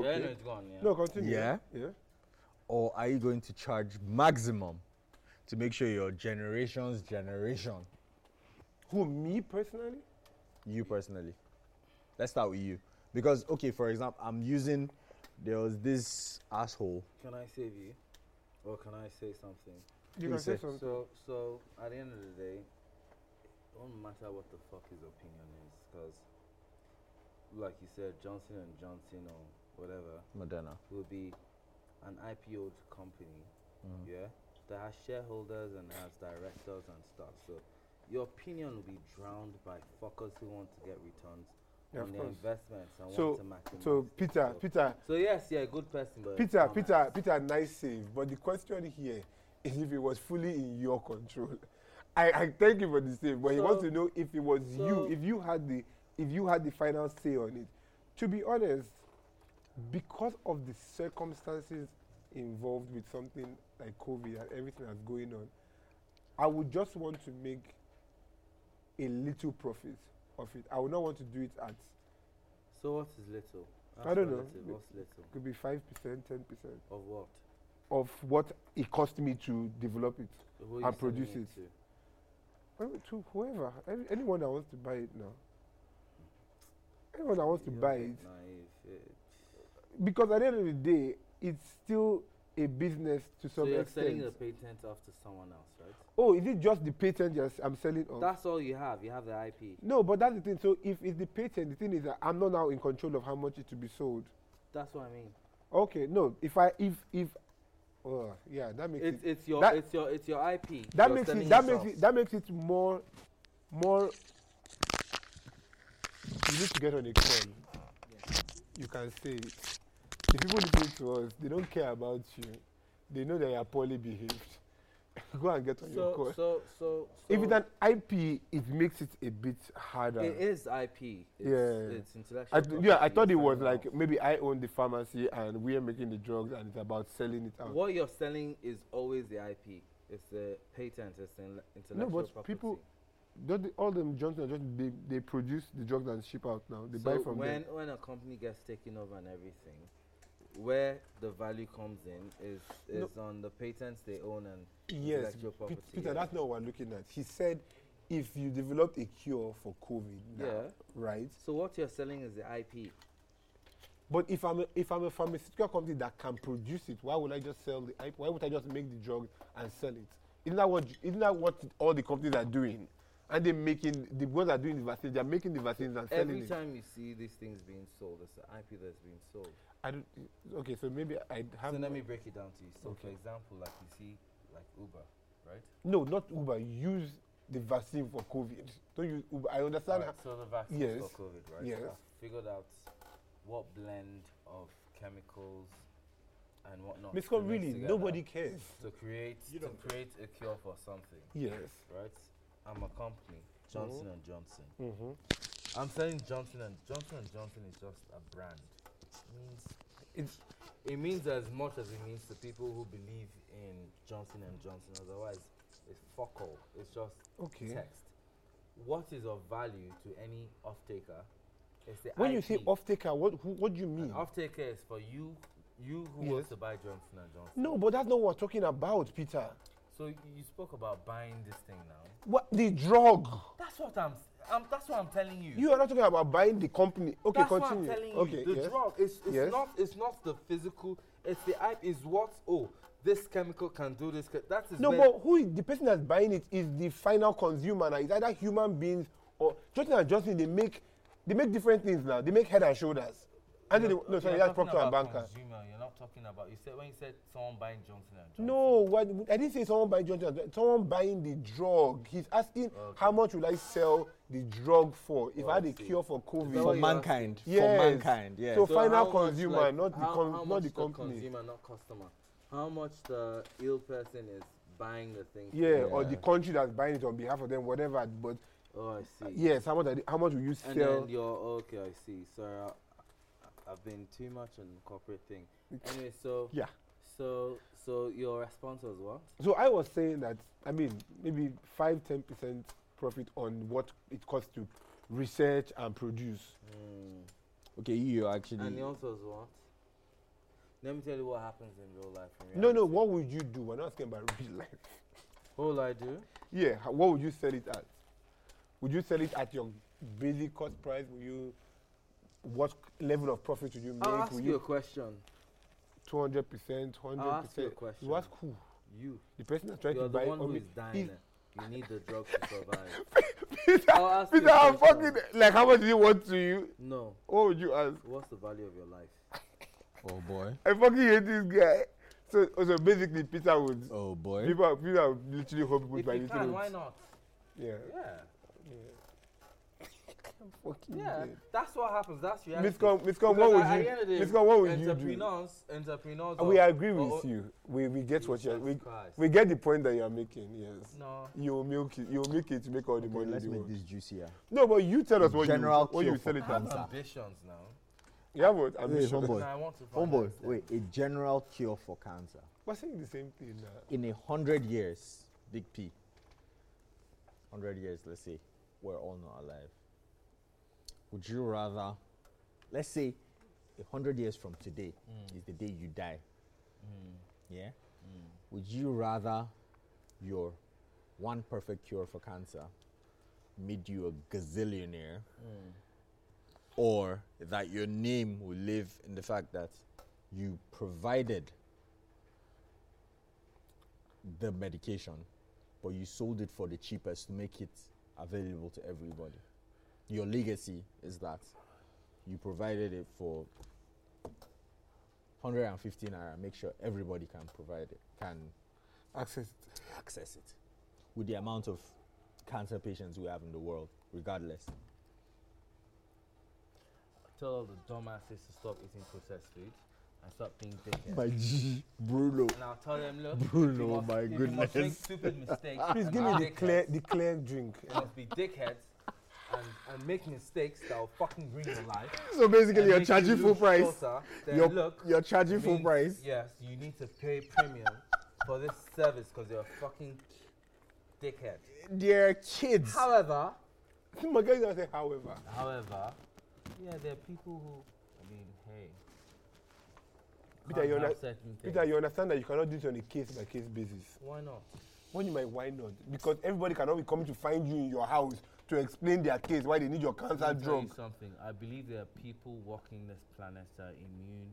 dollar.
Okay.
Yeah, no, it's gone. Yeah.
No, continue.
Yeah.
Yeah.
Or are you going to charge maximum to make sure your generation's generation,
Who me personally?
you personally? Let's start with you. Because, okay, for example, I'm using, there was this asshole.
Can I save you, or can I say something?
You
can say say-
something.
So, so at the end of the day, it don't matter what the fuck his opinion is, because, like you said, Johnson and Johnson or whatever
Moderna.
will be an IPO company,
Mm.
yeah, that has shareholders and has directors and stuff. So, your opinion will be drowned by fuckers who want to get returns
Yeah,
on
of
their
course.
investments and
So-
want to maximize.
So Peter,
So-
Peter,
So yes, yeah, good person, but
Peter,
dumbass.
Peter, Peter, nice save. But the question here is if it was fully in your control. I, I thank you for the save, but he wants
So-
to know if it was
so-
you, if you had the if you had the final say on it. To be honest, because of the circumstances involved with something like COVID and everything that's going on, I would just want to make a little profit of it. I would not want to do it at
So what is little?
I don't know.
relative. What's little?
could be five percent, ten percent
Of what?
of what it cost me to develop it.
Who are you
And produce
selling
it. Well, to whoever, any, anyone that wants to buy it now. Anyone that wants to
You're a
buy
bit
it,
naive. Eh,
because at the end of the day, it's still a business to
So
some
you're selling
extent.
the patent after someone else, right?
Oh, is it just the patent yes, I'm selling on?
That's all you have. You have the IP.
no, but that's the thing. So if it's the patent, the thing is that I'm not now in control of how much it to be sold.
That's what I mean.
Okay, no. If I if if, oh yeah, that makes
It's
it,
it's your
that-
it's your it's your IP.
that
You're
makes
selling
it that makes
yourself.
it that makes it more more. You need to get on a call. You can say it. The people listening to us, they don't care about you. They know that you are poorly behaved. Go and get on your
So
call.
so so.
if it's
so
an IP, it makes it a bit harder.
it is IP. It's,
Yeah.
It's intellectual.
I th- yeah, I
property,
thought it
it's
was
someone
like
else.
maybe I own the pharmacy and we are making the drugs and it's about selling it out.
What you're selling is always the IP. It's the patent. It's the inle- intellectual
but
property.
people- Don't they- all them Johnson Johnson they, they produce the drugs and ship out now. They buy
So
from
when
them.
when a company gets taken over and everything, where the value comes in is
No.
is on the patents they own and
Yes,
intellectual
Pe-
property.
Peter,
yeah.
that's not what we're looking at. He said, if you developed a cure for COVID, now,
Yeah.
right?
So what you're selling is the IP.
But if I'm a, if I'm a pharmaceutical company that can produce it, why would I just sell the? I- Why would I just make the drug and sell it? Isn't that what Isn't that what all the companies are doing? And they're making the ones that are doing the vaccines. They're making the vaccines and selling
Every
it.
time you see these things being sold, it's the IP that's being sold.
I don't. eh, Okay, so maybe I have.
so let me break it down to you. So for
Okay.
example, like you see, like Uber, right?
No, not Uber. Use the vaccine for COVID. Don't use Uber. I understand.
Alright, so the vaccine
yes,
for COVID, right?
yes.
So I've figured out what blend of chemicals and whatnot.
Miss
to
Con,
mix
really,
together
nobody cares.
to create to create a cure for something,
Yes.
right? I'm a company, Johnson and Johnson.
Mm-hmm.
I'm selling Johnson and Johnson and Johnson is just a brand. Means
It's
it means as much as it means to people who believe in Johnson and Johnson. Otherwise, it's fuck all. It's just
Okay.
text. What is of value to any off taker is the
when you
IP.
say off taker, what who, what do you
An
mean?
off-taker is for you, you who wants
Yes.
to buy Johnson and Johnson.
No, but that's not what we're talking about, Peter.
So y- you spoke about buying this thing now.
What the drug?
That's what I'm. I'm that's what I'm telling you.
You are not talking about buying the company. Okay,
that's
continue.
what I'm telling you.
okay,
the
yes.
drug is it's
Yes.
not it's not the physical. It's the hype. Is what oh this chemical can do this. Ca- that is
No,
where-
but who is, the person that's buying it is the final consumer. Now. It's either human beings or Johnson and Johnson. They make they make different things now. They make head and shoulders. And then they, no,
You're
sorry, that's
talking
Procter and
about
Banker.
Consumer, you're not talking about. You said when you said someone buying Johnson and Johnson.
No, what, I didn't say someone buying Johnson. and Johnson, Someone buying the drug. He's asking how much will I sell the drug for if I had
I
a
see.
cure for COVID.
that
For
what you're
mankind.
asking?
For
Yes.
mankind, yeah.
So
So
final
how much,
consumer,
like,
not the
how-
com-
how
not
much
the company.
consumer, not customer. How much the ill person is buying the thing?
yeah, or
Yeah.
the country that's buying it on behalf of them, whatever. But
Oh, I see.
yes, how much? Are they, how much will you
And
sell?
then you're okay. I see. Sorry, I, I- I've been too much on corporate thing. Anyway, so
Yeah.
So so your response was what?
So I was saying that I mean maybe five ten percent profit on what it costs to research and produce.
Okay, you actually.
And yours was what? Let me tell you what happens in real life. in
No, no.
reality.
What would you do? We're not asking about real life.
What will I do?
Yeah. ho- What would you sell it at? Would you sell it at your basic cost price? Will you? What level of profit would you make?
I'll ask
will
you a question.
two hundred percent, hundred
I'll ask you a
percent?
question.
You ask who?
You.
The person that's trying
You're
to
the
buy.
one
or
who
me-
is dying.
Is-
You need the drug to survive.
Peter,
I'll ask you
Peter,
a
I'm
question.
fucking like. How much do you want to you?
No.
What would you ask?
What's the value of your life?
oh boy.
I fucking hate this guy. So, so basically, Peter would.
Oh boy.
People, are- people are literally hold people
If
by
you
the throat.
can, why not?
Yeah.
Yeah.
Fucking
Yeah. That's what happens. That's reality.
Miscom, Miscom,
Because
what would
at- at
you?
the end of the day,
Miscom, what would you do?
entrepreneurs, entrepreneurs.
Uh, We
are-
agree with
or-
you. We we get what you're.
Jesus
We,
Christ.
we get the point that you're making. Yes.
No.
You will milk it. You will make it to make all the
Okay,
money
let's
you
make
want.
this juicier.
No, but you tell us what
General
you what you
cure
will sell
for
it
I have
cancer.
at.
ambitions now.
You have what?
Wait,
Ambition.
And
homeboy.
I want to. finance
Homeboy,
them.
wait. A general cure for cancer.
We're saying the same thing now.
in a hundred years, big P. Hundred years, let's say, we're all not alive. Would you rather, let's say, a hundred years from today is the day you die? Yeah. Would you rather your one perfect cure for cancer made you a gazillionaire, or that your name will live in the fact that you provided the medication, but you sold it for the cheapest to make it available to everybody. Your legacy is that you provided it for 150 naira. Make sure everybody can provide it, can
Access.
access it. With the amount of cancer patients we have in the world, regardless.
Tell all the dumbasses to stop eating processed food and stop being dickheads.
My G, Bruno.
and I'll tell them, look,
Bruno,
you must,
my
you must make
goodness.
stupid mistakes.
Please
and
give me
be
the clear,
dickheads.
the clear drink.
You must be dickheads and, and make mistakes that will fucking ruin your life.
So basically,
and
you're
make
charging
you
full
look
price.
shorter than
You're,
look
you're charging full
means-
price.
Yes, you need to pay premium for this service because you're a fucking dickhead.
They're kids.
However,
My guy doesn't say, however.
however, yeah, there are people who, I mean, hey.
Peter,
can't
you're
have
not-
certain
Peter,
things.
you understand that you cannot do it on a case by case basis.
Why not?
When you might, why not? Because everybody cannot be coming to find you in your house to explain their case why they need your cancer
Let me tell you
drug.
something. I believe there are people walking this planet that are immune.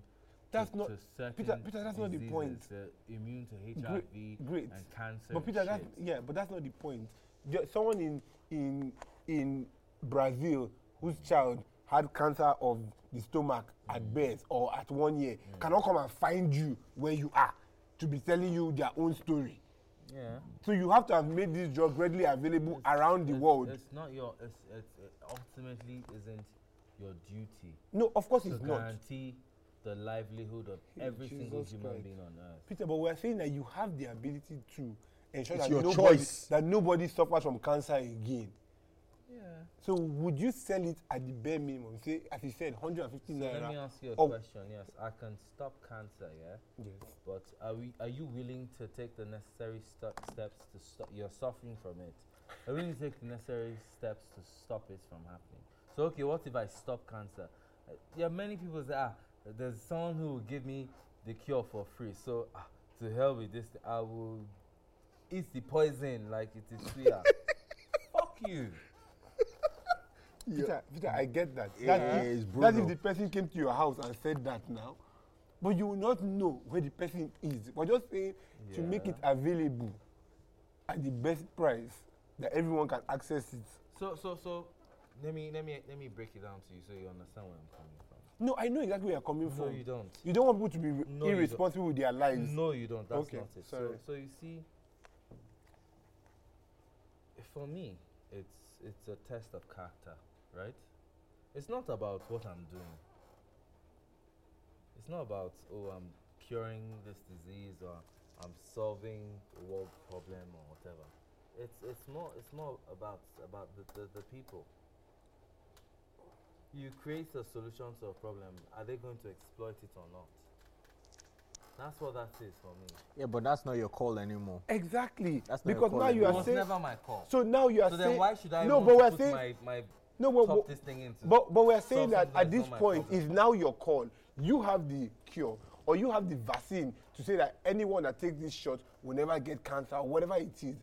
That's
to,
not-
to certain
Peter- Peter, that's not the
diseases.
point.
They're immune to
Gre-
HIV
great.
and cancer.
But Peter,
and
that's,
shit.
yeah, but that's not the point. Ju- Someone in in in Brazil whose child had cancer of the stomach at
Mm.
birth or at one year cannot come and find you where you are to be telling you their own story.
yeah.
So you have to have made this drug readily available around the
it's,
world.
It's not your. It's, it's, it ultimately isn't your duty
No, of course
to
it's not.
guarantee the livelihood of
Hey,
every single
Jesus
human
Christ.
being on earth.
Peter, but we're saying that you have the ability to ensure
It's
that
your
nobody,
choice.
that nobody suffers from cancer again.
Yeah.
So would you sell it at the bare minimum? Say, as you said, 150
So
naira.
let me ask you a
Oh.
question. Yes, I can stop cancer. Yeah.
Yes.
But are we, are you willing to take the necessary stu- steps to stop? You're suffering from it. Are you willing to take the necessary steps to stop it from happening? So okay, what if I stop cancer? Uh, there are many people that ah, there's someone who will give me the cure for free. So ah, to hell with this, I will eat the poison like it is sweeter. Fuck you.
Peter, Peter, I get that.
Yeah,
that,
it's
if, that
brutal.
if the person came to your house and said that now, but you will not know where the person is. But just saying to make it available at the best price that everyone can access it.
So so so, let me let me let me break it down to you so you understand where I'm coming from.
No, I know exactly where you're coming
No,
from.
you don't.
You don't want people to be re-
No, you don't.
irresponsible with their lives.
No, you don't. That's
Okay,
not it.
sorry.
So, so you see, for me, it's it's a test of character, right? It's not about what I'm doing. It's not about oh I'm curing this disease or I'm solving a world problem or whatever. It's it's more it's more about about the, the, the people. You create a solution to a problem. Are they going to exploit it or not? That's what that is for me.
Yeah, but that's not your call anymore.
Exactly.
That's not your
because
call
now
It
anymore.
you
It
are
was
saying.
never my call. So,
So now you are saying.
then why should I
no,
want
but
to
we're
put
saying.
my, my
no, but,
top
but-
this thing into?
But but we're saying that
something that's
at this
not my
point
problem.
is now your call. You have the cure or you have the vaccine to say that anyone that takes this shot will never get cancer or whatever it is.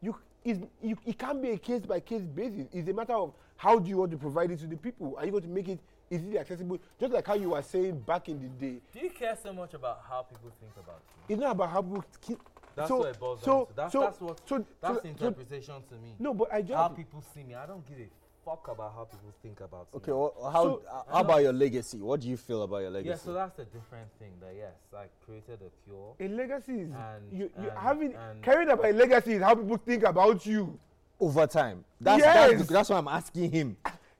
You is you, it can be a case by case basis. It's a matter of how do you want to provide it to the people? Are you going to make it easily accessible? Just like how you were saying back in the day,
Do you care so much about how people think about you?
it's not about how people. Keep,
That's
so,
what it boils
so,
down to. That's,
so,
that's what
So,
that's
so, so,
interpretation to me.
no, but I just
how people see me, I don't give a fuck about how people think about me.
Okay, well, how,
So-
uh, how about your legacy? What do you feel about your legacy?
yeah. So that's a different thing. That yes, I created a cure.
a legacy is
And-
you, you
and-
having
and-
carried about a legacy is how people think about you.
Over time. That's, that's,
Yes!
the- that's why I'm asking him.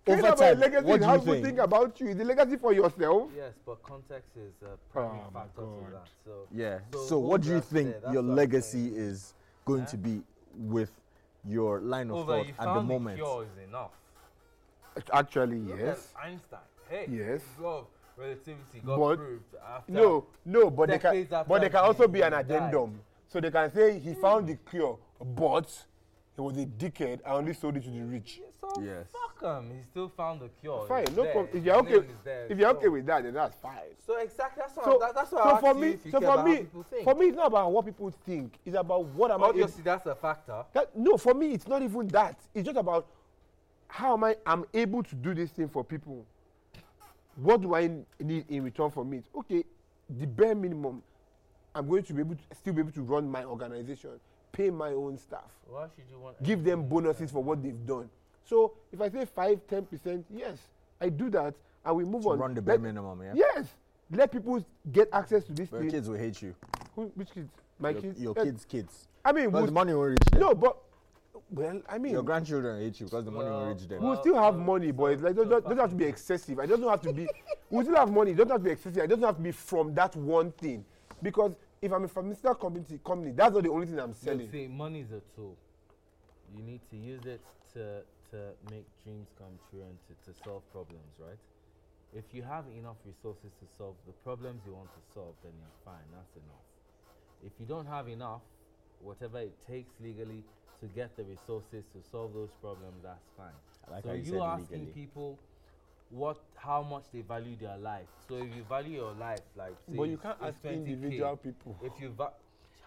Think
Over
about
time,
your legacy
what
and
do
how
you
people
think?
think about you. Is the legacy for yourself?
Yes, but context is a primary
Oh my
factor to
God.
that. So
Yeah. So,
hold
what do you
that
think
there. That's
your
what I'm
legacy
saying.
is going to be with your line of
Over,
thought
you
at the
found the
moment?
cure is enough.
Actually,
Look at Einstein. Hey.
Yes.
his Law of relativity got
But-
proved after.
No, no, but they can,
Decades after
but they can
he-
also be
he
an
died. Hmm.
addendum. So they can say he found the cure, but he was a dickhead and only sold it to the rich.
Yeah, So
Yes.
Fuck him. He still found the cure.
Fine,
It's
no
there.
problem. If
His
you're okay,
name is there,
if you're
so-
okay with that, then that's fine.
So exactly. That's what.
So-
that, that's what I
So
asked
for
you
me,
if you
so
care
for
about how
me,
people think.
for me, it's not about what people think. It's about what am I
obviously that's a factor.
That, no, for me, it's not even that. It's just about how am I I'm able to do this thing for people. What do I need in return for me? Okay, the bare minimum, I'm going to be able to still be able to run my organization, pay my own staff,
Why should you want?
give them bonuses for what they've done. So if I say five, ten percent, yes, I do that, and we move
To
on.
run the
Let-
bare minimum, yeah?
Yes, let people get access to this
But
thing.
your kids will hate you.
Who, which kids? My
your
kids.
your
Yes.
kids' kids.
I mean,
Because
we'll,
the money won't reach them.
no, but well, I mean,
your grandchildren hate you because the money
Well,
won't reach them.
well,
We'll still have
so-
money, but it's like don't,
so
don't, don't have to be excessive. I doesn't have to be. we still have money. It doesn't have to be excessive. It doesn't have to be from that one thing, because if I'm a pharmaceutical company, company, that's not the only thing I'm
Look,
selling.
see, money is a tool. You need to use it to to make dreams come true and to, to solve problems, right? If you have enough resources to solve the problems you want to solve, then you're fine. That's enough. If you don't have enough, whatever it takes legally to get the resources to solve those problems, that's fine.
I like
so
how you
you,
said
asking
legally.
people what how much they value their life. So if you value your life, like say
But you
it's-
can't
it's
ask
20K,
individual people.
if you va-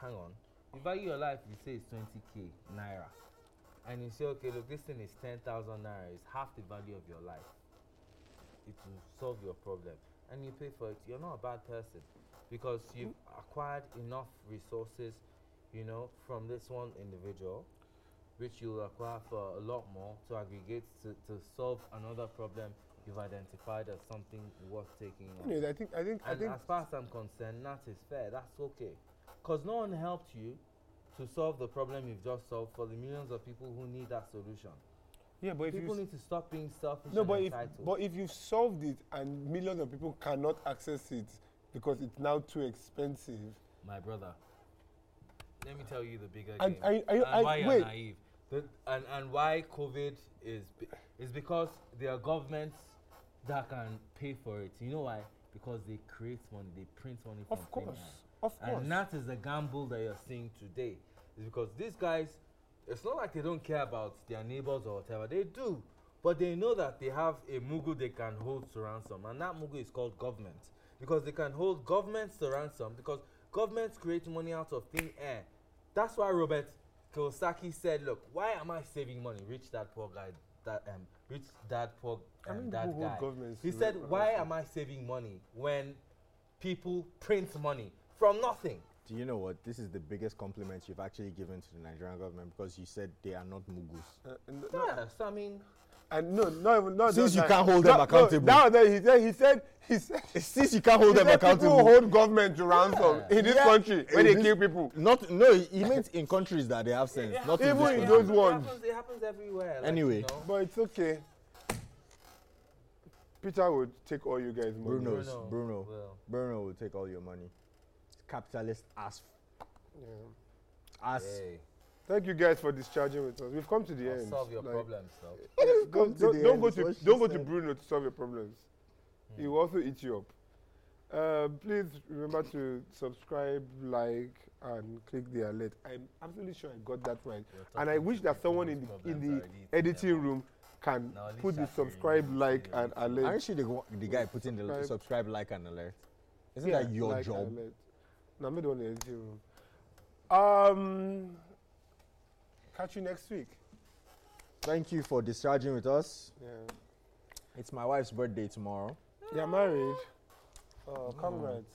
hang on, you value your life, you say it's twenty k naira, and you say, okay, look, this thing is ten thousand naira. It's half the value of your life. It will solve your problem, and you pay for it. You're not a bad person because you've acquired enough resources, you know, from this one individual, which you'll acquire for a lot more to aggregate to, to solve another problem you've identified as something worth taking. on.
Anyways, I think I think I
And
think
as far as I'm concerned, that is fair. That's okay. Because no one helped you to solve the problem you've just solved for the millions of people who need that solution.
yeah, but if
people
you
need to stop being selfish
no,
and
but if
entitled.
but if you've solved it and millions of people cannot access it because it's now too expensive,
My brother, let me tell you the bigger
And
game.
I- I-
and
I-
why you're
wait.
naive. The, and, and why COVID is be- is because there are governments that can pay for it. You know why? Because they create money, they print money from
of
thin
course,
air.
of course.
And that is the gamble that you're seeing today. Is because these guys, it's not like they don't care about their neighbors or whatever. They do. But they know that they have a Mugu they can hold to ransom. And that Mugu is called government. Because they can hold governments to ransom because governments create money out of thin air. That's why Robert Kiyosaki said, Look, why am I saving money? Rich dad, poor guy, that um, rich dad, poor
How
um,
many
that
people hold
guy.
governments
He
to
said,
ransom?
Why am I saving money when people print money from nothing.
Do you know what? This is the biggest compliment you've actually given to the Nigerian government because you said they are not mugus.
Uh, and th-
Yes, I mean,
and no, not even not
Since
just
you
that.
can't hold
No,
them
no,
accountable.
That, was it. he said he said he said
Since you can't hold
He
them
said
accountable,
People hold government to ransom in this
Yeah.
country when
In
they
this-
kill people.
not no, he meant in countries that they have sense, not in
Even
this
in
country.
those
it
ones.
Happens, it happens everywhere. Like,
Anyway.
you know,
But it's okay. Peter would take all you guys' money.
Bruno's,
Bruno
Bruno,
will.
Bruno will take all your money. Capitalist ass,
Yeah.
ass.
hey,
Thank you guys for discharging with us. We've come to the
I'll
end.
solve your
Like,
problems, though.
Don't,
Come
don't,
to
don't,
the end
go
is
to
what she
don't go to
said.
Bruno to solve your problems.
Hmm.
He will also eat you up. Uh, please remember to subscribe, like, and click the alert. I'm absolutely sure I got that right.
You're
And I
talking
wish
to
that
people
someone
whose
in the,
problems
in
are already
the editing
together.
room can
Now, at
put the
least I feel
subscribe,
you.
like, and
Yeah.
alert.
Aren't you the, one- the guy putting the
Subscribe.
subscribe, like, and alert? Isn't that your
like
job?
I let- No, I'm not the one in the editing room. Um, catch you next week.
Thank you for discharging with us.
Yeah,
It's my wife's birthday tomorrow.
you're married. Oh, congrats!
Mm.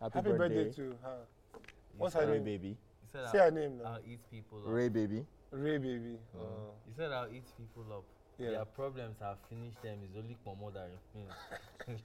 Happy,
Happy birthday, to her. What's her
Ray
name?
baby,
You said
Say
I'll,
her name now.
I'll eat people up.
Ray baby.
Ray, baby.
Mm.
Oh.
You said I'll eat people up.
Yeah.
Their problems have finished them. It's only Pomo that remains.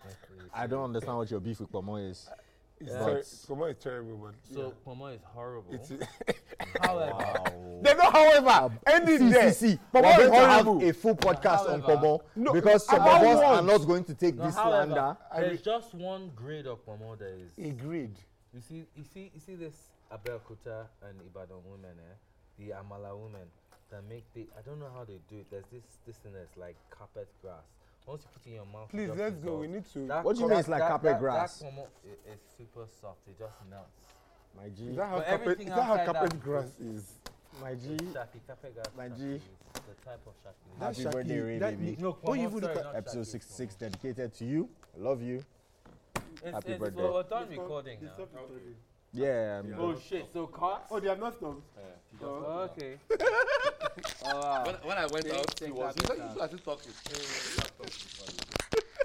I don't understand what your beef with Pomo is.
It's
Yeah.
ter-
But-
Komo is terrible, man.
So oh. Pomo is horrible.
It's,
However,
there's no however. End it
Ah, See,
there.
see, see.
Pomo
We're going
is
to have
horrible.
a full podcast on
However-
Pomo
No,
because some of
about
us are
what?
not going to take
now,
this
however,
slander.
I
there's
re-
just one grade of Pomo that is
Agreed.
You see, you see, you see this Abeokuta and Ibadan women, eh? The Amala women that make the. I don't know how they do it. There's this this thing that's like carpet grass. Once you put it in your mouth, it
Please
just
let's go. We
dissolves.
need to.
That
What do you
com-
mean it's like
that-
carpet
that-
grass?
That pomo i- is super soft. It just melts.
My
Is
G.
that how
But
carpet?
everything
Is that how
outside that-
carpet grass is?
My G.
Shaki, Kapega,
My
Shaki
G.
is The type of Shaki.
That's
Happy birthday, Ray,
that-
baby.
No,
don't
Kwamo,
even look
sorry,
at-
not
Episode
Shaki,
66
Kwamo.
dedicated to you. I love you.
It's,
Happy
it's,
birthday.
Well, we're done recording now.
Yeah. I'm-
Oh shit! So cut.
Oh, they have not Oh. stopped.
Okay.
When, when I went out, he was. He said, "You should actually talk it."